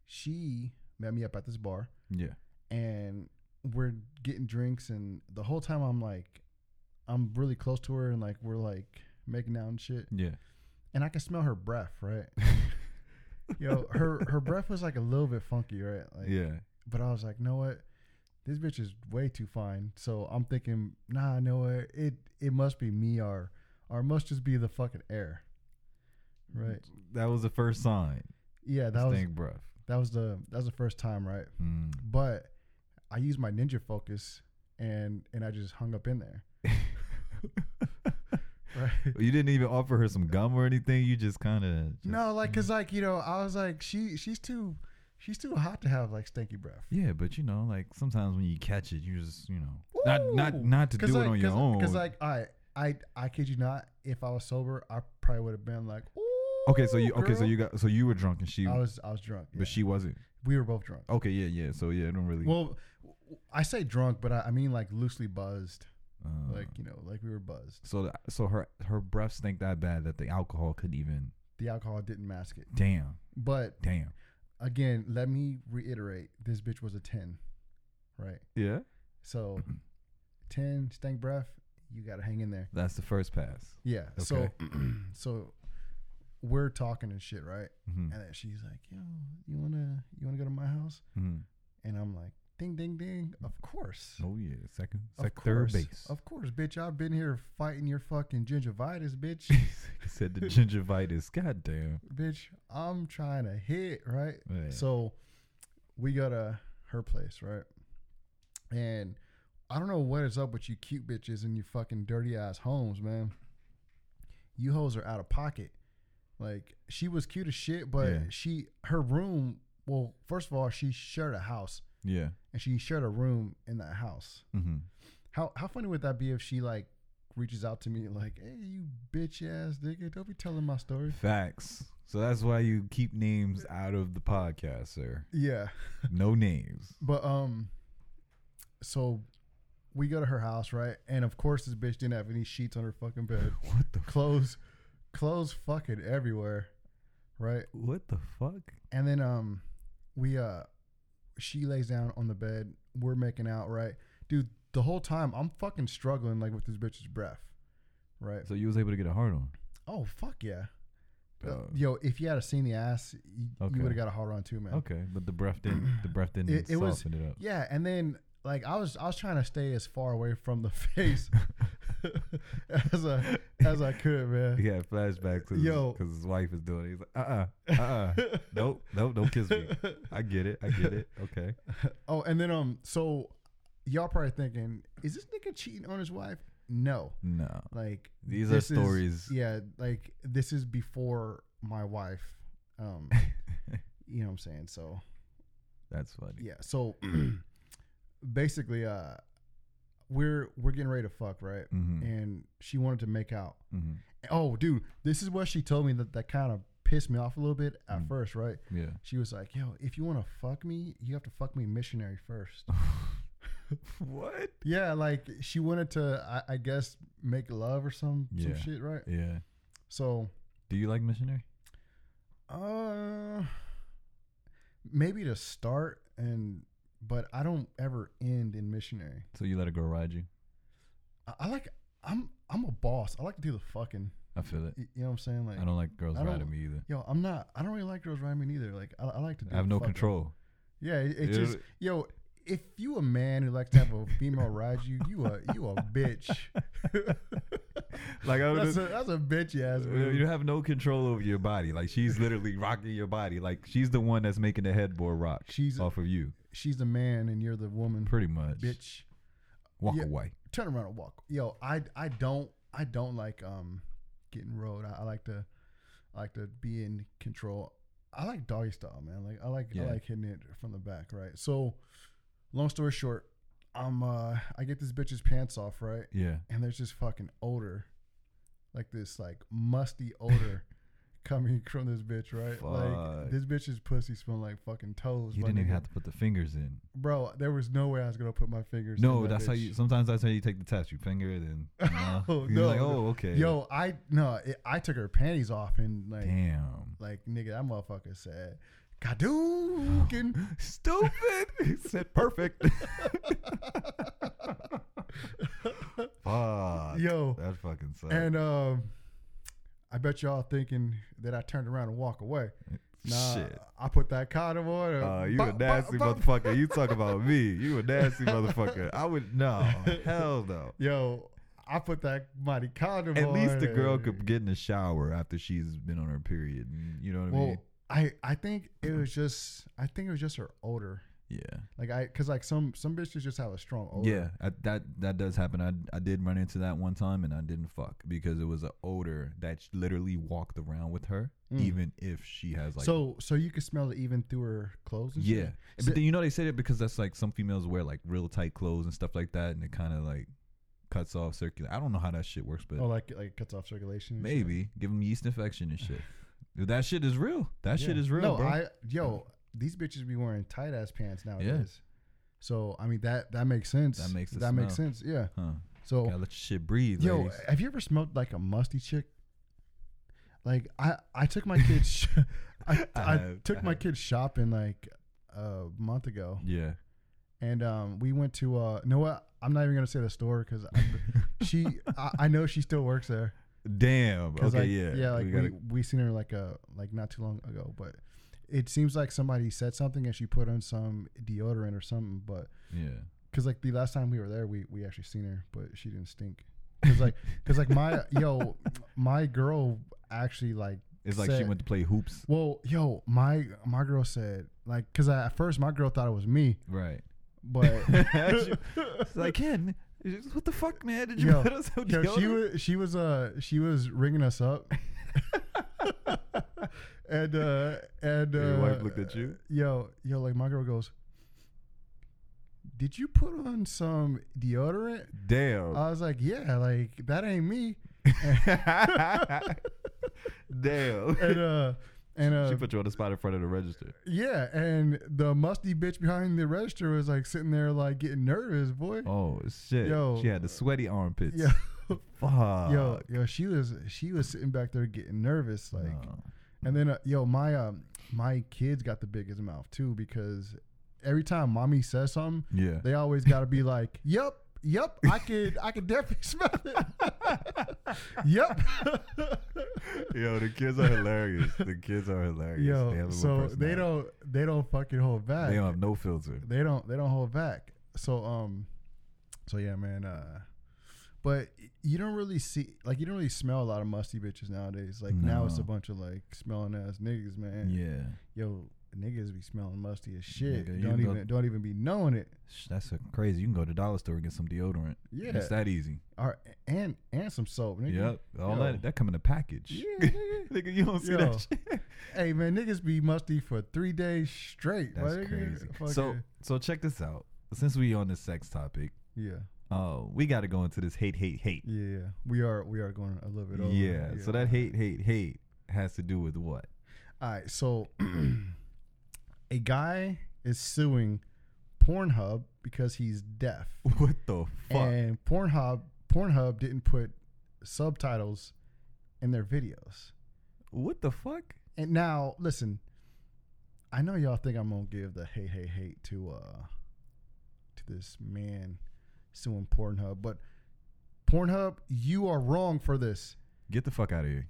B: she met me up at this bar,
A: Yeah.
B: and we're getting drinks, and the whole time I'm like, I'm really close to her, and like we're like making out and shit
A: Yeah.
B: and I could smell her breath, right? Yo, her her breath was like a little bit funky, right? Like,
A: yeah.
B: But I was like, know what? This bitch is way too fine. So I'm thinking, nah, no, what? it it must be me or or it must just be the fucking air, right?
A: That was the first sign.
B: Yeah, that was
A: Stink breath.
B: that was the that was the first time, right?
A: Mm.
B: But I used my ninja focus and and I just hung up in there, right?
A: You didn't even offer her some gum or anything. You just kind of
B: No, like, cause like you know, I was like, she she's too she's too hot to have like stinky breath.
A: Yeah, but you know, like sometimes when you catch it, you just you know not not
B: Ooh.
A: not to do it on your own.
B: Because like I, I, I kid you not. If I was sober, I probably would have been like, Ooh,
A: okay, so you okay, so
B: girl."
A: you got so you were drunk and she,
B: I was, I was drunk.
A: but she wasn't.
B: we were both drunk.
A: Okay, yeah, yeah. So yeah, I don't really.
B: Well, I say drunk, but I, I mean like loosely buzzed.
A: uh,
B: Like you know, like we were buzzed.
A: so th- so her her breath stank that bad that the alcohol couldn't even.
B: The alcohol didn't mask it.
A: Damn,
B: But
A: damn.
B: again, let me reiterate: this bitch was a ten, right?
A: Yeah,
B: So ten stank breath. You got to hang in there.
A: that's the first pass.
B: Yeah. So, so we're talking and shit, right?
A: hmm
B: And then she's like, "Yo, you wanna you wanna go to my house?"
A: hmm
B: And I'm like, "Ding, ding, ding! Of course,
A: Oh yeah, second,
B: of
A: sec-
B: course,
A: third base.
B: of course, bitch! I've been here fighting your fucking gingivitis, bitch,
A: He said the gingivitis. God damn.
B: bitch! I'm trying to hit right."
A: Yeah.
B: So we go to her place, right? And I don't know what is up with you cute bitches and you fucking dirty ass homes, man. You hoes are out of pocket. Like she was cute as shit, but
A: Yeah.
B: she her room. Well, first of all, she shared a house
A: yeah.
B: and she shared a room in that house.
A: hmm
B: How how funny would that be if she like reaches out to me like, "Hey, you bitch ass nigga, don't be telling my story."
A: Facts. So that's why you keep names out of the podcast, sir.
B: Yeah.
A: No names.
B: But um, so we go to her house, right? And of course, this bitch didn't have any sheets on her fucking bed.
A: What the
B: clothes, clothes, fucking everywhere, right?
A: What the fuck?
B: And then um, we uh, she lays down on the bed. We're making out, right, dude? The whole time I'm fucking struggling like with this bitch's breath, right?
A: So you was able to get a hard on.
B: Oh fuck yeah, Uh,
A: Oh.
B: yo! If you had seen the ass, you,
A: Okay.
B: you would have got a hard on too, man.
A: Okay, but the breath didn't. The breath didn't
B: It- it was-
A: soften it up.
B: Yeah, and then like I was I was trying to stay as far away from the face as I as I could, man.
A: He had flashbacks because
B: Yo.
A: his, wife is doing it. He's like, uh uh-uh, uh, nope, nope, don't kiss me. I get it, I get it. Okay.
B: Oh, and then um so y'all probably thinking, is this nigga cheating on his wife? No.
A: No.
B: Like
A: These
B: this
A: are
B: is-
A: stories.
B: yeah, like this is before my wife. Um you know what I'm saying? So
A: That's funny.
B: yeah, so basically uh we're we're getting ready to fuck, right?
A: Mm-hmm.
B: And she wanted to make out.
A: mm-hmm.
B: Oh, dude, this is what she told me that that kind of pissed me off a little bit at
A: Mm.
B: first, right?
A: Yeah.
B: She was like, "Yo, if you want to fuck me, you have to fuck me missionary first.
A: what?
B: yeah, like she wanted to, I, I guess, make love or some
A: Yeah.
B: some shit, right?
A: Yeah.
B: So,
A: Do you like missionary?
B: uh, maybe to start and, but I don't ever end in missionary.
A: So you let a girl ride you?
B: I, I like, I'm I'm a boss. I like to do the fucking.
A: I feel it.
B: You know what I'm saying? Like,
A: I don't like girls
B: I don't-
A: riding me either.
B: yo, I'm not. I don't really like girls riding me either. Like, I, I like to. Do
A: I have
B: the
A: no
B: fucking.
A: control.
B: Yeah, it, it
A: You know
B: just yo. If you a man who likes to have a female ride you, you a you a bitch.
A: like I
B: That's
A: was,
B: a, that's a bitch ass move.
A: you have no control over your body. Like she's literally rocking your body. Like she's the one that's making the headboard rock.
B: She's-
A: off of you,
B: She's the man and you're the woman.
A: pretty much.
B: Bitch.
A: Walk
B: Yeah.
A: away.
B: Turn around and walk. Yo, I I don't I don't like um getting rode. I, I like to I like to be in control. I like doggy style, man. Like I like
A: Yeah.
B: I like hitting it from the back, right? So long story short, I'm uh I get this bitch's pants off, right?
A: Yeah.
B: and there's this fucking odor, like this like musty odor coming from this bitch, right?
A: Fuck.
B: Like this bitch's pussy smelled like fucking toes.
A: You
B: my
A: didn't even
B: nigga.
A: have to put the fingers in.
B: bro. There was no way I was gonna put my fingers. in
A: No,
B: that
A: that's how
B: bitch.
A: you. Sometimes that's how you take the test. You finger it and. You know,
B: Oh,
A: you're like,
B: no.
A: oh, okay.
B: Yo, I no, it, I took her panties off and like,
A: Damn.
B: like nigga, that motherfucker said, "Kadookin."
A: Stupid. he said perfect. Fuck.
B: Yo,
A: That fucking sucks.
B: and um, I bet y'all thinking that I turned around and walk away. Nah,
A: Shit.
B: I put that condom on. and
A: Uh, you
B: bop,
A: a
B: bop,
A: nasty
B: bop.
A: motherfucker. You talk about me. You a nasty motherfucker. I would no. Hell no.
B: Yo, I put that mighty condom
A: At
B: on.
A: least the girl
B: and-
A: could get in the shower after she's been on her period. and- You know what I
B: Well,
A: mean?
B: I I think it was just I think it was just her odor.
A: Yeah.
B: Like I, cause like some some bitches just have a strong odor.
A: Yeah, I, that that does happen. I I did run into that one time and I didn't fuck because it was an odor that sh- literally walked around with her,
B: Mm.
A: even if she has like
B: so so you could smell it even through her clothes. And
A: yeah.
B: shit?
A: But then, you know they say that because that's like some females wear like real tight clothes and stuff like that, and it kind of like cuts off circular. I don't know how that shit works, but
B: Oh, like like it cuts off circulation. and shit.
A: maybe give them yeast infection and shit. Dude, that shit is real. That shit
B: Yeah.
A: is real,
B: No,
A: bro.
B: I yo these bitches be wearing tight ass pants nowadays. So I mean that that makes sense.
A: That makes the
B: that makes sense. Yeah.
A: huh?
B: So
A: Gotta let your shit breathe,
B: Yo,
A: ladies.
B: have you ever smelled like a musty chick? Like I, I took my kids, sh- I,
A: I
B: I,
A: have,
B: took
A: I
B: my
A: have.
B: kids shopping like a month ago,
A: Yeah.
B: and um, we went to uh, you know what? I'm not even gonna say the store because she, I, I know she still works there.
A: Damn.
B: 'Cause,
A: Okay.
B: like,
A: yeah.
B: yeah, like
A: we
B: we,
A: gotta-
B: we, seen her like a like not too long ago, but it seems like somebody said something and she put on some deodorant or something, but
A: yeah.
B: because like the last time we were there, we we actually seen her, but she didn't stink. Because like, because like my yo, my girl actually like.
A: It's like she
B: said-
A: went to play hoops.
B: Well, yo, my my girl said like, because at first my girl thought it was me,
A: Right.
B: but
A: It's like, Ken, what the fuck, man? Did you
B: Yo,
A: put us on
B: yo, she
A: deodorant?"
B: was she was uh she was ringing us up. and uh and uh,
A: Your wife looked at you?
B: Yo, yo, like my girl goes. Did you put on some deodorant?
A: Damn.
B: I was like, yeah, like that ain't me.
A: Damn.
B: and uh and uh
A: she put you on the spot in front of the register.
B: yeah and the musty bitch behind the register was like sitting there like getting nervous boy
A: Oh shit.
B: Yo.
A: she had the sweaty armpits.
B: yo
A: Fuck.
B: yo yo she was she was sitting back there getting nervous like
A: No.
B: and then uh, yo my um my kids got the biggest mouth too because every time mommy says something
A: Yeah.
B: they always got to be like yep yep i could i could definitely smell it yep
A: Yo, the kids are hilarious. The kids are hilarious. They
B: yo
A: have a little
B: so they
A: personality.
B: don't they don't fucking hold back
A: They don't have no filter.
B: they don't they don't hold back so um so yeah man uh but you don't really see like you don't really smell a lot of musty bitches nowadays like now it's a
A: No.
B: bunch of like smelling ass niggas man
A: Yeah.
B: yo niggas be smelling musty as shit
A: Nigga, you
B: don't
A: go-
B: even don't even be knowing it
A: Sh- That's a crazy. You can go to the dollar store and get some deodorant.
B: yeah
A: It's that easy.
B: Or- and and some soap nigga.
A: Yep. All
B: Yo.
A: that that come in a package.
B: yeah nigga.
A: Nigga, you don't see that
B: Yo.
A: shit.
B: hey man niggas be musty for three days straight
A: That's
B: my nigga.
A: crazy. So
B: Fucking-
A: so check this out. Since we on the sex topic,
B: yeah
A: uh, we got to go into this hate, hate, hate.
B: yeah yeah. we are we are going a little bit
A: Yeah.
B: over
A: So that hate, hate, hate has to do with what?
B: All right, so a guy is suing Pornhub because he's deaf,
A: What the fuck?
B: and Pornhub Pornhub didn't put subtitles in their videos.
A: What the fuck?
B: And now, listen, I know y'all think I'm gonna give the hate, hate, hate to uh to this man suing Pornhub, but Pornhub, you are wrong for this.
A: Get the fuck out of here.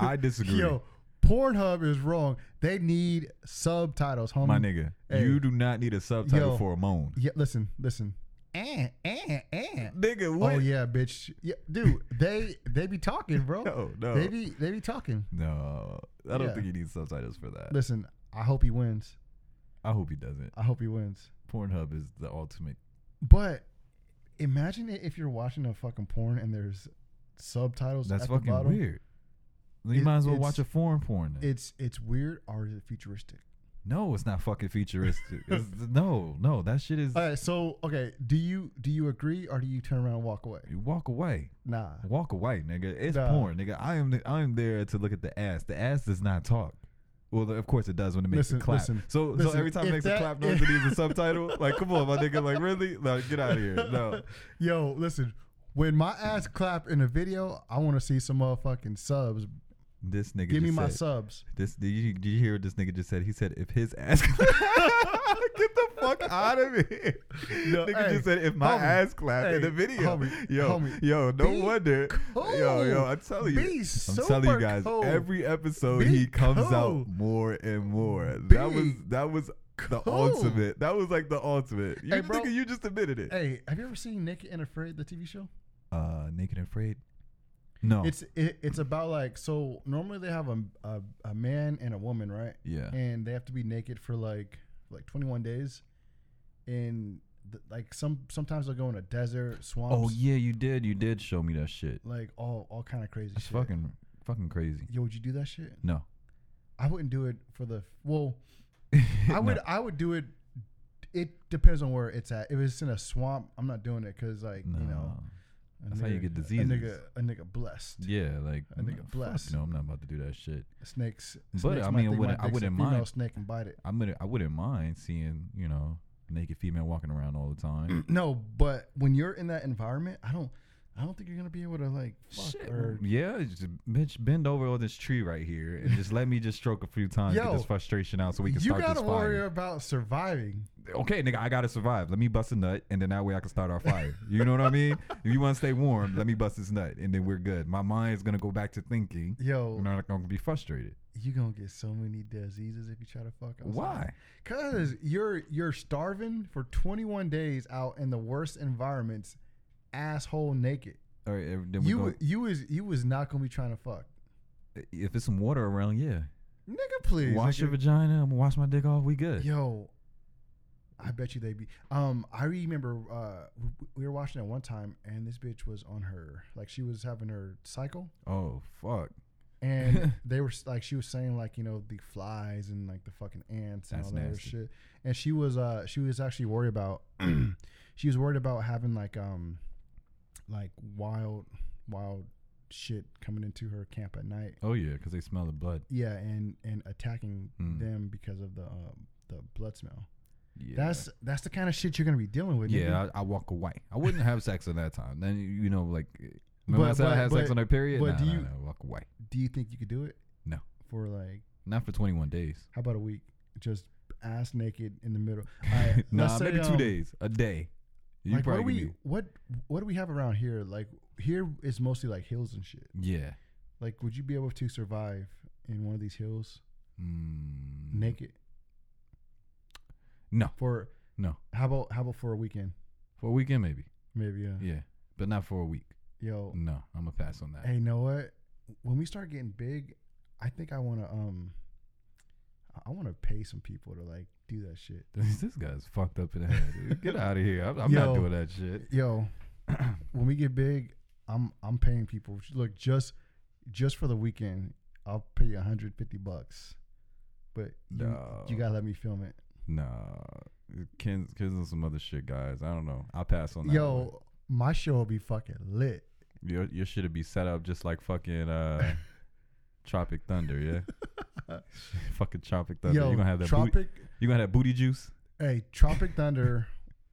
A: I disagree.
B: Yo, Pornhub is wrong. They need subtitles, homie.
A: My nigga,
B: hey.
A: you do not need a subtitle
B: Yo.
A: for a moan.
B: Yeah, listen, listen. eh, eh, eh.
A: Nigga, what?
B: Oh yeah, bitch. Yeah, dude, they they be talking, bro.
A: No, no.
B: They be they be talking.
A: No, I don't
B: Yeah.
A: think he needs subtitles for that.
B: Listen, I hope he wins.
A: I hope he doesn't.
B: I hope he wins.
A: Pornhub is the ultimate.
B: But imagine i- if you're watching a fucking porn and there's subtitles
A: That's
B: at the
A: fucking
B: bottom.
A: weird. You
B: It-
A: might as well
B: it's-
A: watch a foreign porn. Then.
B: It's it's weird or is it futuristic?
A: no, it's not fucking futuristic. It's, no, no, that shit is.
B: All right, so okay, do you do you agree or do you turn around and walk away?
A: you walk away,
B: Nah.
A: walk away, nigga. It's
B: Nah.
A: porn, nigga. I am, I am there to look at the ass. The ass does not talk. Well, of course it does when it makes
B: Listen,
A: a clap.
B: listen,
A: so, so
B: listen,
A: every time it
B: if
A: makes a
B: that-
A: clap noise, it needs a subtitle. Like, come on, my nigga. Like, really? No, get out of here. No.
B: Yo, listen. When my ass clap in a video, I want to see some motherfucking subs.
A: This nigga.
B: Give me
A: just
B: my
A: said-
B: subs.
A: This did you, did you hear what this nigga just said? He said if his ass get the fuck out of here.
B: No,
A: nigga
B: hey,
A: just said if my
B: homie,
A: ass clapped in the
B: hey,
A: video.
B: homie,
A: yo,
B: homie,
A: yo, no
B: be
A: wonder. Yo, yo,
B: cool.
A: I'm telling you.
B: Be
A: I'm telling you
B: super
A: guys,
B: cool.
A: every episode
B: Be
A: he comes
B: cool.
A: out more and more. that was
B: Be
A: that was the
B: cool.
A: ultimate. That was like the ultimate. You
B: Hey, bro.
A: nigga, you just admitted it.
B: Hey, have you ever seen Naked and Afraid, the TV show?
A: Uh Naked and Afraid. No.
B: It's it, it's about like so normally they have a, a a man and a woman, right?
A: yeah.
B: And they have to be naked for like like 21 days. And th- like some sometimes they'll go in a desert, swamps,
A: Oh yeah, you did. You did show me that shit.
B: like all all kind of crazy
A: That's
B: shit.
A: fucking fucking crazy.
B: Yo, would you do that shit?
A: No.
B: I wouldn't do it for the well, I
A: No.
B: would I would do it it depends on where it's at. If it's in a swamp, I'm not doing it cuz like,
A: No.
B: you know, a
A: That's how you
B: nigga-
A: get
B: A
A: diseases.
B: nigga a nigga blessed.
A: Yeah, like
B: I think it
A: fuck
B: blessed.
A: No, I'm not about to do that shit.
B: Snakes,
A: But,
B: snakes
A: I
B: might
A: mean, I
B: think my
A: wouldn't- I
B: dick's a
A: wouldn't
B: female
A: mind.
B: Snake and bite it.
A: I'm gonna, I wouldn't mind seeing you know naked female walking around all the time.
B: No, but when you're in that environment, I don't, I don't think you're gonna be able to like fuck
A: Shit,
B: or
A: yeah, just, bitch, bend over on this tree right here and just let me just stroke a few times, get
B: Yo,
A: this frustration out, so we can
B: you
A: start
B: gotta
A: this
B: worry
A: fire.
B: about surviving.
A: Okay, nigga, I gotta survive. Let me bust a nut, and then that way I can start our fire. you know what I mean? If you want to stay warm, let me bust this nut, and then we're good. My mind's gonna go back to thinking.
B: Yo,
A: I'm not gonna be frustrated.
B: you gonna get so many diseases if you try to fuck. outside.
A: Why?
B: Cause you're you're starving for 21 days out in the worst environments, asshole naked.
A: All right, then we
B: You
A: go,
B: wa- you was you was not gonna be trying to fuck,
A: if it's some water around, yeah.
B: nigga. Please
A: wash
B: nigga.
A: your vagina. I'm gonna wash my dick off. We good.
B: Yo, I bet you they be. Um, I remember uh, we- we were watching it one time, and this bitch was on her like she was having her cycle,
A: Oh fuck,
B: and they were s- like she was saying like you know the flies and like the fucking ants and
A: That's
B: all that other
A: nasty.
B: shit, and she was uh she was actually worried about she was worried about having like um like wild wild shit coming into her camp at night.
A: Oh yeah, because they smell the blood.
B: Yeah, and and attacking
A: Mm.
B: them because of the uh, the blood smell.
A: Yeah.
B: That's that's the kind of shit you're gonna be dealing with. nigga.
A: yeah. I, I walk away. I wouldn't have sex at that time. Then you know, like, remember I
B: But-
A: said I
B: but-
A: had sex
B: but-
A: on that period.
B: but
A: nah,
B: do
A: nah,
B: you-
A: nah, walk away?
B: Do you think you could do it?
A: No.
B: For like,
A: Not for 21 days.
B: how about a week? Just ass naked in the middle. I,
A: nah,
B: let's say,
A: maybe two
B: um,
A: days, a day. You
B: like, what do
A: probably
B: we
A: could
B: what what do we have around here? Like here is mostly like hills and shit.
A: be- yeah.
B: Like, would you be able to survive in one of these hills
A: Mm,
B: naked
A: No,
B: for?
A: No.
B: How about how about for a weekend?
A: for a weekend maybe.
B: Maybe yeah.
A: Yeah, but not for a week.
B: Yo,
A: No, I'm gonna pass on that.
B: hey, you know what? When we start getting big, I think I wanna um, I- I wanna pay some people to like do that shit.
A: this guy's fucked up in the head. dude. Get out of here. I'm, I'm not
B: Yo.
A: doing that shit.
B: yo, when we get big, I'm I'm paying people. Look, just just for the weekend, I'll pay you 150 bucks. But you,
A: No.
B: you gotta let me film it.
A: Nah, Ken's Ken's on some other shit, guys. I don't know. I'll pass on that. one.
B: Yo, my show will be fucking lit.
A: your your shit'll be set up just like fucking uh, Tropic Thunder, yeah. fucking Tropic Thunder.
B: yo,
A: you gonna have that. booty,
B: Tropic.
A: you gonna have booty juice.
B: Hey, Tropic Thunder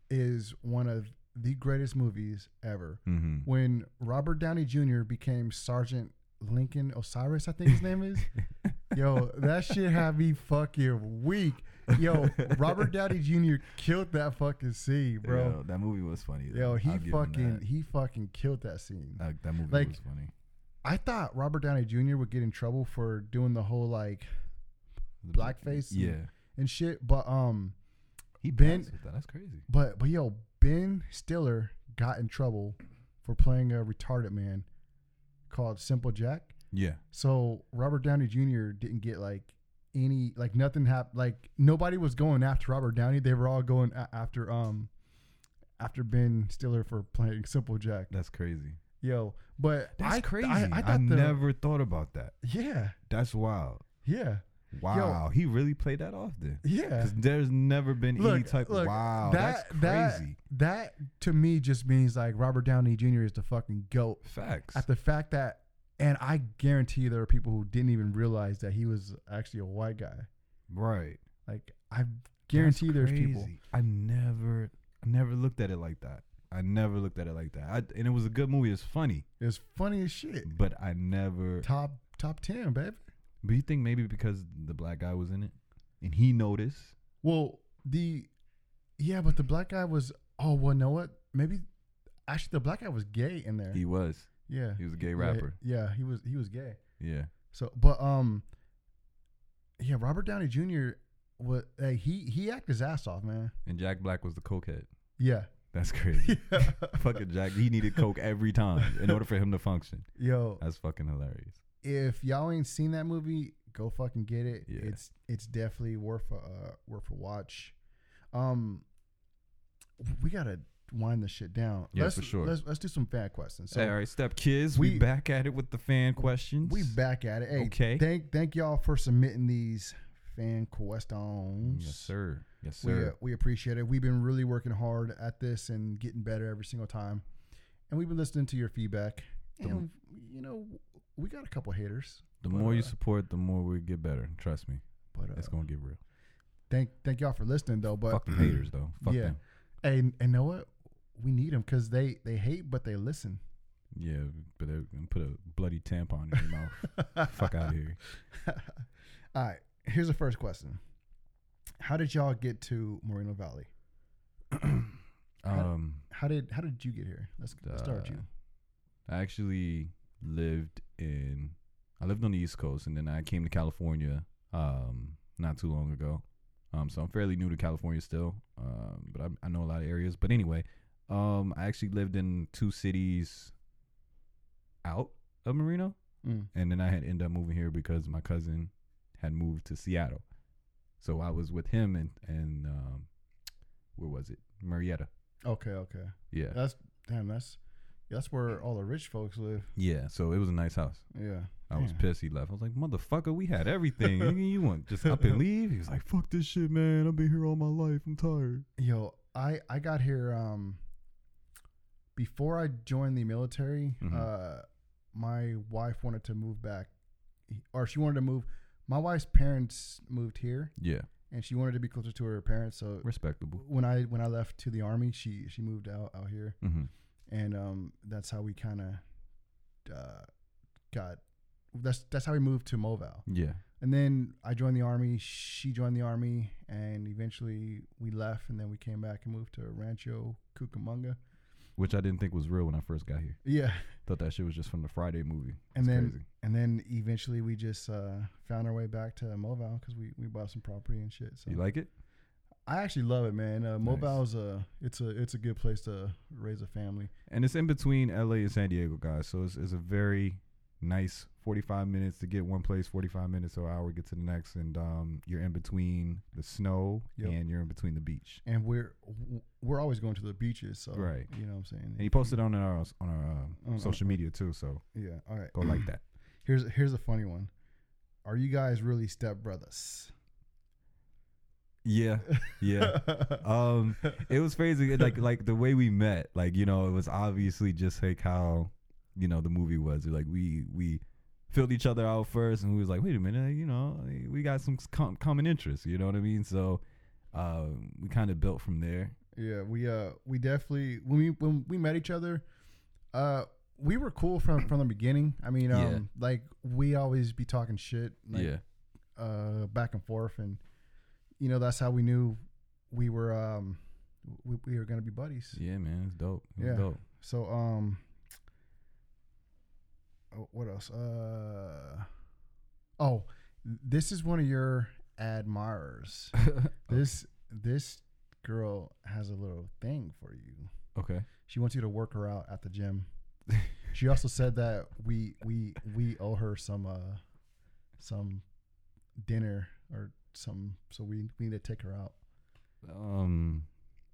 B: is one of the greatest movies ever.
A: Mm-hmm.
B: When Robert Downey Jr. became Sergeant Lincoln Osiris, I think his name is. Yo, that shit had me fucking weak. Yo, Robert Downey Jr. killed that fucking scene, bro.
A: that movie was funny.
B: Yo,
A: though.
B: he
A: I'll give him
B: fucking
A: that. Uh,
B: he fucking killed that scene.
A: Like, that movie
B: like-
A: was funny.
B: I thought Robert Downey Jr. would get in trouble for doing the whole like
A: The
B: blackface and-
A: Yeah,
B: and shit, but um
A: He
B: Ben-
A: passed with that. That's crazy.
B: But but yo, Ben Stiller got in trouble for playing a retarded man called Simple Jack.
A: Yeah.
B: So Robert Downey Jr. didn't get like any like nothing happened. Like nobody was going after Robert Downey. They were all going a- after um after Ben Stiller for playing Simple Jack.
A: That's crazy.
B: Yo, but
A: That's
B: I,
A: crazy.
B: I,
A: I,
B: I thought the-
A: never thought about that.
B: Yeah,
A: That's wild.
B: yeah,
A: Wow. he really played that off then.
B: yeah.
A: 'Cause there's never been any
B: Look,
A: type.
B: look,
A: wow.
B: that-
A: that's crazy.
B: That to me just means like Robert Downey Jr. is the fucking goat.
A: Facts.
B: at the fact that and I guarantee there are people who didn't even realize that he was actually a white guy.
A: right.
B: Like I guarantee
A: That's
B: there's people.
A: crazy. I never, I never looked at it like that. I never looked at it like that. I, and it was a good movie. It's funny,
B: It's funny as shit.
A: but I never.
B: Top top ten, baby.
A: But you think maybe because the black guy was in it, and he noticed.
B: Well, the yeah, but the black guy was oh well, know what? Maybe actually the black guy was gay in there.
A: He was.
B: yeah,
A: He was a gay
B: Yeah,
A: rapper.
B: Yeah, he was he was gay.
A: Yeah.
B: So, but um, yeah, Robert Downey Jr. was like, he he acted his ass off, man.
A: And Jack Black was the cokehead.
B: Yeah,
A: That's crazy. fucking Jack. He needed coke every time in order for him to function.
B: yo,
A: That's fucking hilarious.
B: if y'all ain't seen that movie, go fucking get it.
A: Yeah.
B: It's it's definitely worth a uh, worth a watch. Um, we gotta wind this shit down.
A: Yeah,
B: let's,
A: for sure.
B: Let's let's do some fan questions. So
A: Hey, all right, step kids. We,
B: we-
A: back at it with the fan questions.
B: we back at it. Hey,
A: Okay.
B: Thank thank y'all for submitting these fan questions.
A: Yes, sir. Yes,
B: We, uh,
A: sir.
B: we appreciate it. We've been really working hard at this and getting better every single time. And we've been listening to your feedback.
A: The-
B: And you know, we got a couple haters.
A: The
B: but,
A: more you
B: uh,
A: support, the more we get better. Trust me,
B: but uh,
A: it's gonna get real.
B: thank thank y'all for listening though. But
A: Fuck the haters though. Fuck
B: yeah.
A: them.
B: And and know what? We need them because they they hate, but they listen.
A: Yeah, but they're gonna put a bloody tampon in your mouth. Fuck out of here.
B: All right. Here's the first question. How did y'all get to Moreno Valley?
A: Um,
B: How did how did you get here? Let's, let's start with you.
A: uh, I actually lived in I lived on the East Coast and then I came to California um not too long ago. Um so I'm fairly new to California still. Um but I I know a lot of areas, but anyway, um I actually lived in two cities out of Marino
B: Mm.
A: and then I had ended up moving here because my cousin had moved to Seattle. So I was with him and and um where was it? Marietta.
B: Okay, okay.
A: Yeah.
B: That's damn. That's yeah, that's where all the rich folks live.
A: Yeah, so it was a nice house.
B: Yeah.
A: I was
B: Yeah.
A: pissed he left. I was like, motherfucker, we had everything. you, you want just up and leave? He was like, fuck this shit, man. I've been here all my life. I'm tired.
B: Yo, I I got here um before I joined the military.
A: Mhm.
B: Uh, my wife wanted to move back, or she wanted to move. My wife's parents moved here,
A: Yeah,
B: and she wanted to be closer to her parents. So
A: respectable.
B: when I when I left to the army, she she moved out out here,
A: Mm-hmm.
B: and um that's how we kind of uh got. That's that's how we moved to Moval.
A: Yeah,
B: And then I joined the army. She joined the army, and eventually we left. And then we came back and moved to Rancho Cucamonga.
A: which I didn't think was real when I first got here.
B: Yeah,
A: Thought that shit was just from the Friday movie.
B: and
A: It's
B: then
A: crazy.
B: and then eventually we just uh, found our way back to Mobile because we, we bought some property and shit. So
A: you like it?
B: I actually love it, man. Uh,
A: Nice.
B: Mobile's a it's a it's a good place to raise a family.
A: And it's in between LA and San Diego, guys. So it's, it's a very nice 45 minutes to get one place, 45 minutes or hour to get to the next, and um, you're in between the snow
B: Yep.
A: and you're in between the beach.
B: And we're w- we're always going to the beaches, so
A: Right.
B: You know what I'm saying?
A: And he posted on our on our um,
B: On- on-
A: social media too. So
B: yeah. All right.
A: go like that.
B: Here's here's a funny one. Are you guys really stepbrothers?
A: Yeah, yeah. um, it was crazy. It, Like like the way we met. Like you know, it was obviously just like how you know the movie was. Like we we filled each other out first, and we was like, wait a minute, you know, we got some com- common interests. You know what I mean? So um, we kind of built from there.
B: Yeah, we uh we definitely when we when we met each other, uh we were cool from from the beginning. I mean, um
A: Yeah.
B: like we always be talking shit like
A: yeah,
B: uh back and forth and you know that's how we knew we were um we, we were going to be buddies.
A: yeah, man, it's dope. It was
B: Yeah.
A: dope.
B: So um oh, what else? Uh Oh, this is one of your admirers. This this girl has a little thing for you.
A: Okay.
B: She wants you to work her out at the gym. she also said that we we we owe her some uh some dinner or some so we we need to take her out
A: Um.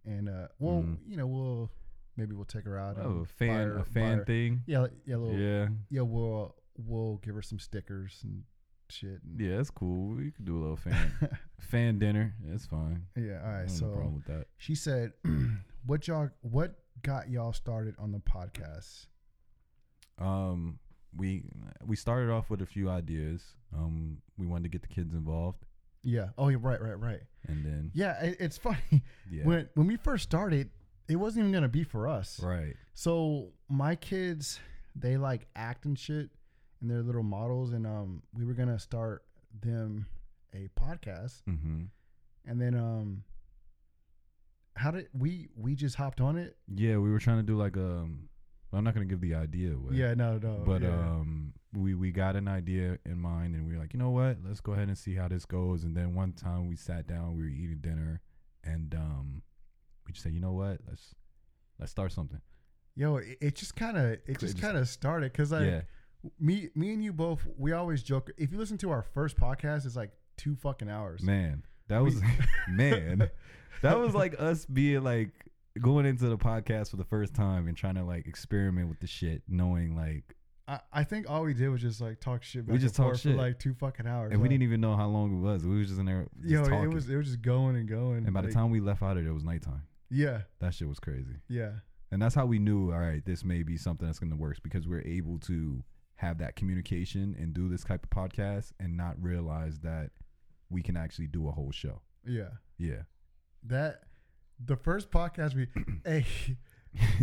B: and uh well
A: Mm.
B: you know we'll maybe we'll take her out
A: Oh, a
B: and buy
A: fan,
B: her-
A: a
B: buy
A: fan
B: her-
A: thing.
B: yeah like- yeah little, yeah
A: Yeah.
B: we'll uh, we'll give her some stickers and shit and
A: Yeah, that's cool. We could do a little fan, fan dinner. That's fine.
B: yeah all
A: I
B: right
A: don't have
B: so
A: a problem with that.
B: She said, "What y'all? What got y'all started on the podcast?"
A: Um, we we started off with a few ideas. Um, we wanted to get the kids involved,
B: Yeah. Oh, yeah. Right. Right. Right.
A: and then
B: Yeah. It, it's funny
A: yeah,
B: when when we first started, it wasn't even gonna be for us.
A: right,
B: So my kids, they like act and shit, and they're little models, and um, we were gonna start them a podcast,
A: mm-hmm.
B: and then um, how did we we just hopped on it?
A: yeah. We were trying to do like um, I'm not gonna give the idea away.
B: yeah. No. No.
A: but
B: yeah.
A: um, we we got an idea in mind, and we were like, you know what? Let's go ahead and see how this goes. And then one time we sat down, we were eating dinner, and um, we just said, you know what? Let's let's start something.
B: yo, it, it just kind of it just
A: just-
B: kind of started because like.
A: yeah,
B: me me and you both we always joke if you listen to our first podcast it's like two fucking hours
A: man, that was man, that was like us being like going into the podcast for the first time and trying to like experiment with the shit, knowing like,
B: I, I think all we did was just like talk shit back
A: We just
B: and
A: talked
B: forth
A: shit.
B: for like two fucking hours
A: and we
B: like,
A: didn't even know how long it was. We was just in there, just
B: yo
A: talking.
B: it was it was just going and going
A: and by the
B: like,
A: time we left out of there, it was nighttime.
B: yeah
A: That shit was crazy.
B: yeah
A: And that's how we knew, all right, this may be something that's going to work because we're able to have that communication and do this type of podcast and not realize that we can actually do a whole show.
B: yeah
A: Yeah.
B: that the first podcast we hey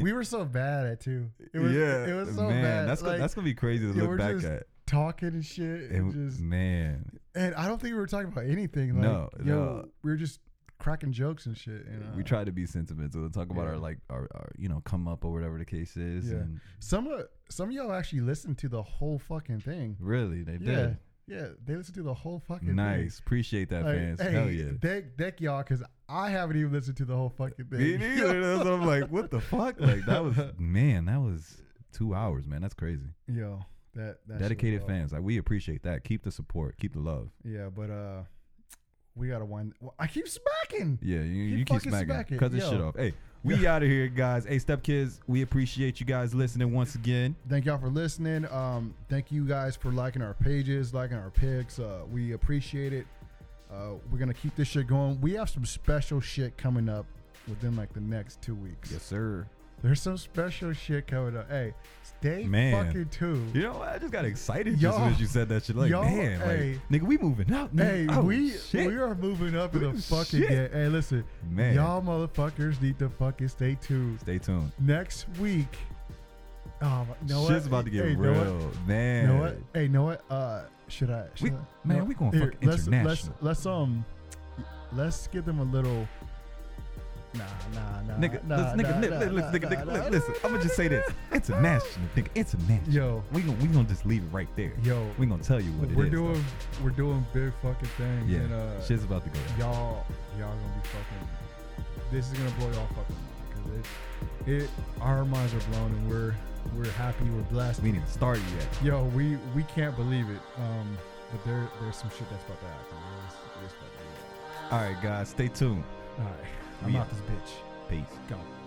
B: we were so bad at too it was it was so
A: man,
B: bad
A: That's,
B: like,
A: gonna, that's gonna be crazy to
B: yeah, we're
A: look back
B: just-
A: at.
B: talking and shit and
A: It-
B: just
A: man,
B: and I don't think we were talking about anything like
A: No,
B: yo
A: no.
B: we were just cracking jokes and shit and uh,
A: we try to be sentimental and talk about
B: yeah.
A: our like our, our you know come up or whatever the case is.
B: Yeah.
A: And
B: some of some of y'all actually listened to the whole fucking thing
A: really, they
B: Yeah,
A: did.
B: yeah, they listen to the whole fucking
A: Nice, appreciate
B: thing.
A: that,
B: Like,
A: fans.
B: hey,
A: Hell yeah.
B: deck, deck y'all, because I haven't even listened to the whole fucking thing.
A: Me neither. That's what I'm like, what the fuck? Like that was man, that was two hours, man. That's crazy.
B: Yo, that, that shit was
A: Dedicated
B: dope.
A: fans, like we appreciate that. Keep the support, keep the love.
B: Yeah, but uh, we gotta wind. well, I keep smacking.
A: Yeah, you,
B: Keep
A: you keep
B: fucking
A: smacking,
B: smacking,
A: cut this
B: yo.
A: shit off. Hey, we out of here, guys. Hey, step kids, we appreciate you guys listening once again.
B: Thank y'all for listening. Um, thank you guys for liking our pages, liking our pics. Uh, we appreciate it. Uh, we're gonna keep this shit going. We have some special shit coming up within like the next two weeks.
A: sir.
B: There's some special shit coming up. Hey, stay
A: Man.
B: fucking tuned.
A: You know what? I just got excited
B: Y'all-
A: just as you said that shit. Like,
B: y'all-
A: man,
B: hey.
A: like, nigga, we moving up.
B: Hey,
A: nigga. Oh,
B: we
A: shit.
B: we are moving up in the
A: Oh,
B: fucking
A: shit.
B: game. Hey, listen,
A: man.
B: y'all motherfuckers need to fucking stay tuned.
A: stay tuned.
B: Next week, oh, my- know
A: Shit's
B: what?
A: about to get
B: Hey,
A: real,
B: Know what?
A: man.
B: Know what? Hey, know what? Uh, should I? Should
A: We-
B: I
A: man,
B: no.
A: we going
B: Here,
A: fucking
B: let's, let's
A: international.
B: let's um, let's give them a little. Nah, nah, nah,
A: Nigga,
B: nah,
A: listen,
B: nah,
A: nigga, li-
B: nah,
A: li-
B: nah,
A: listen, nigga,
B: nah,
A: nigga,
B: nah,
A: li- listen. I'm gonna just say this. It's a national, nigga. It's a national.
B: Yo,
A: We gonna we gonna just leave it right there.
B: yo,
A: We gonna tell you what it is.
B: we're
A: though.
B: doing we're doing big fucking things.
A: Yeah,
B: and, uh,
A: shit's about to go. down.
B: y'all y'all gonna be fucking this is gonna blow y'all fucking mind because it, it our minds are blown and we're we're happy we're blessed
A: We didn't even start yet.
B: yo we we can't believe it um but there there's some shit that's about to happen It's- it's about to
A: All right, guys, stay tuned.
B: be- all right i'm
A: We
B: out
A: out.
B: this bitch
A: Peace.
B: go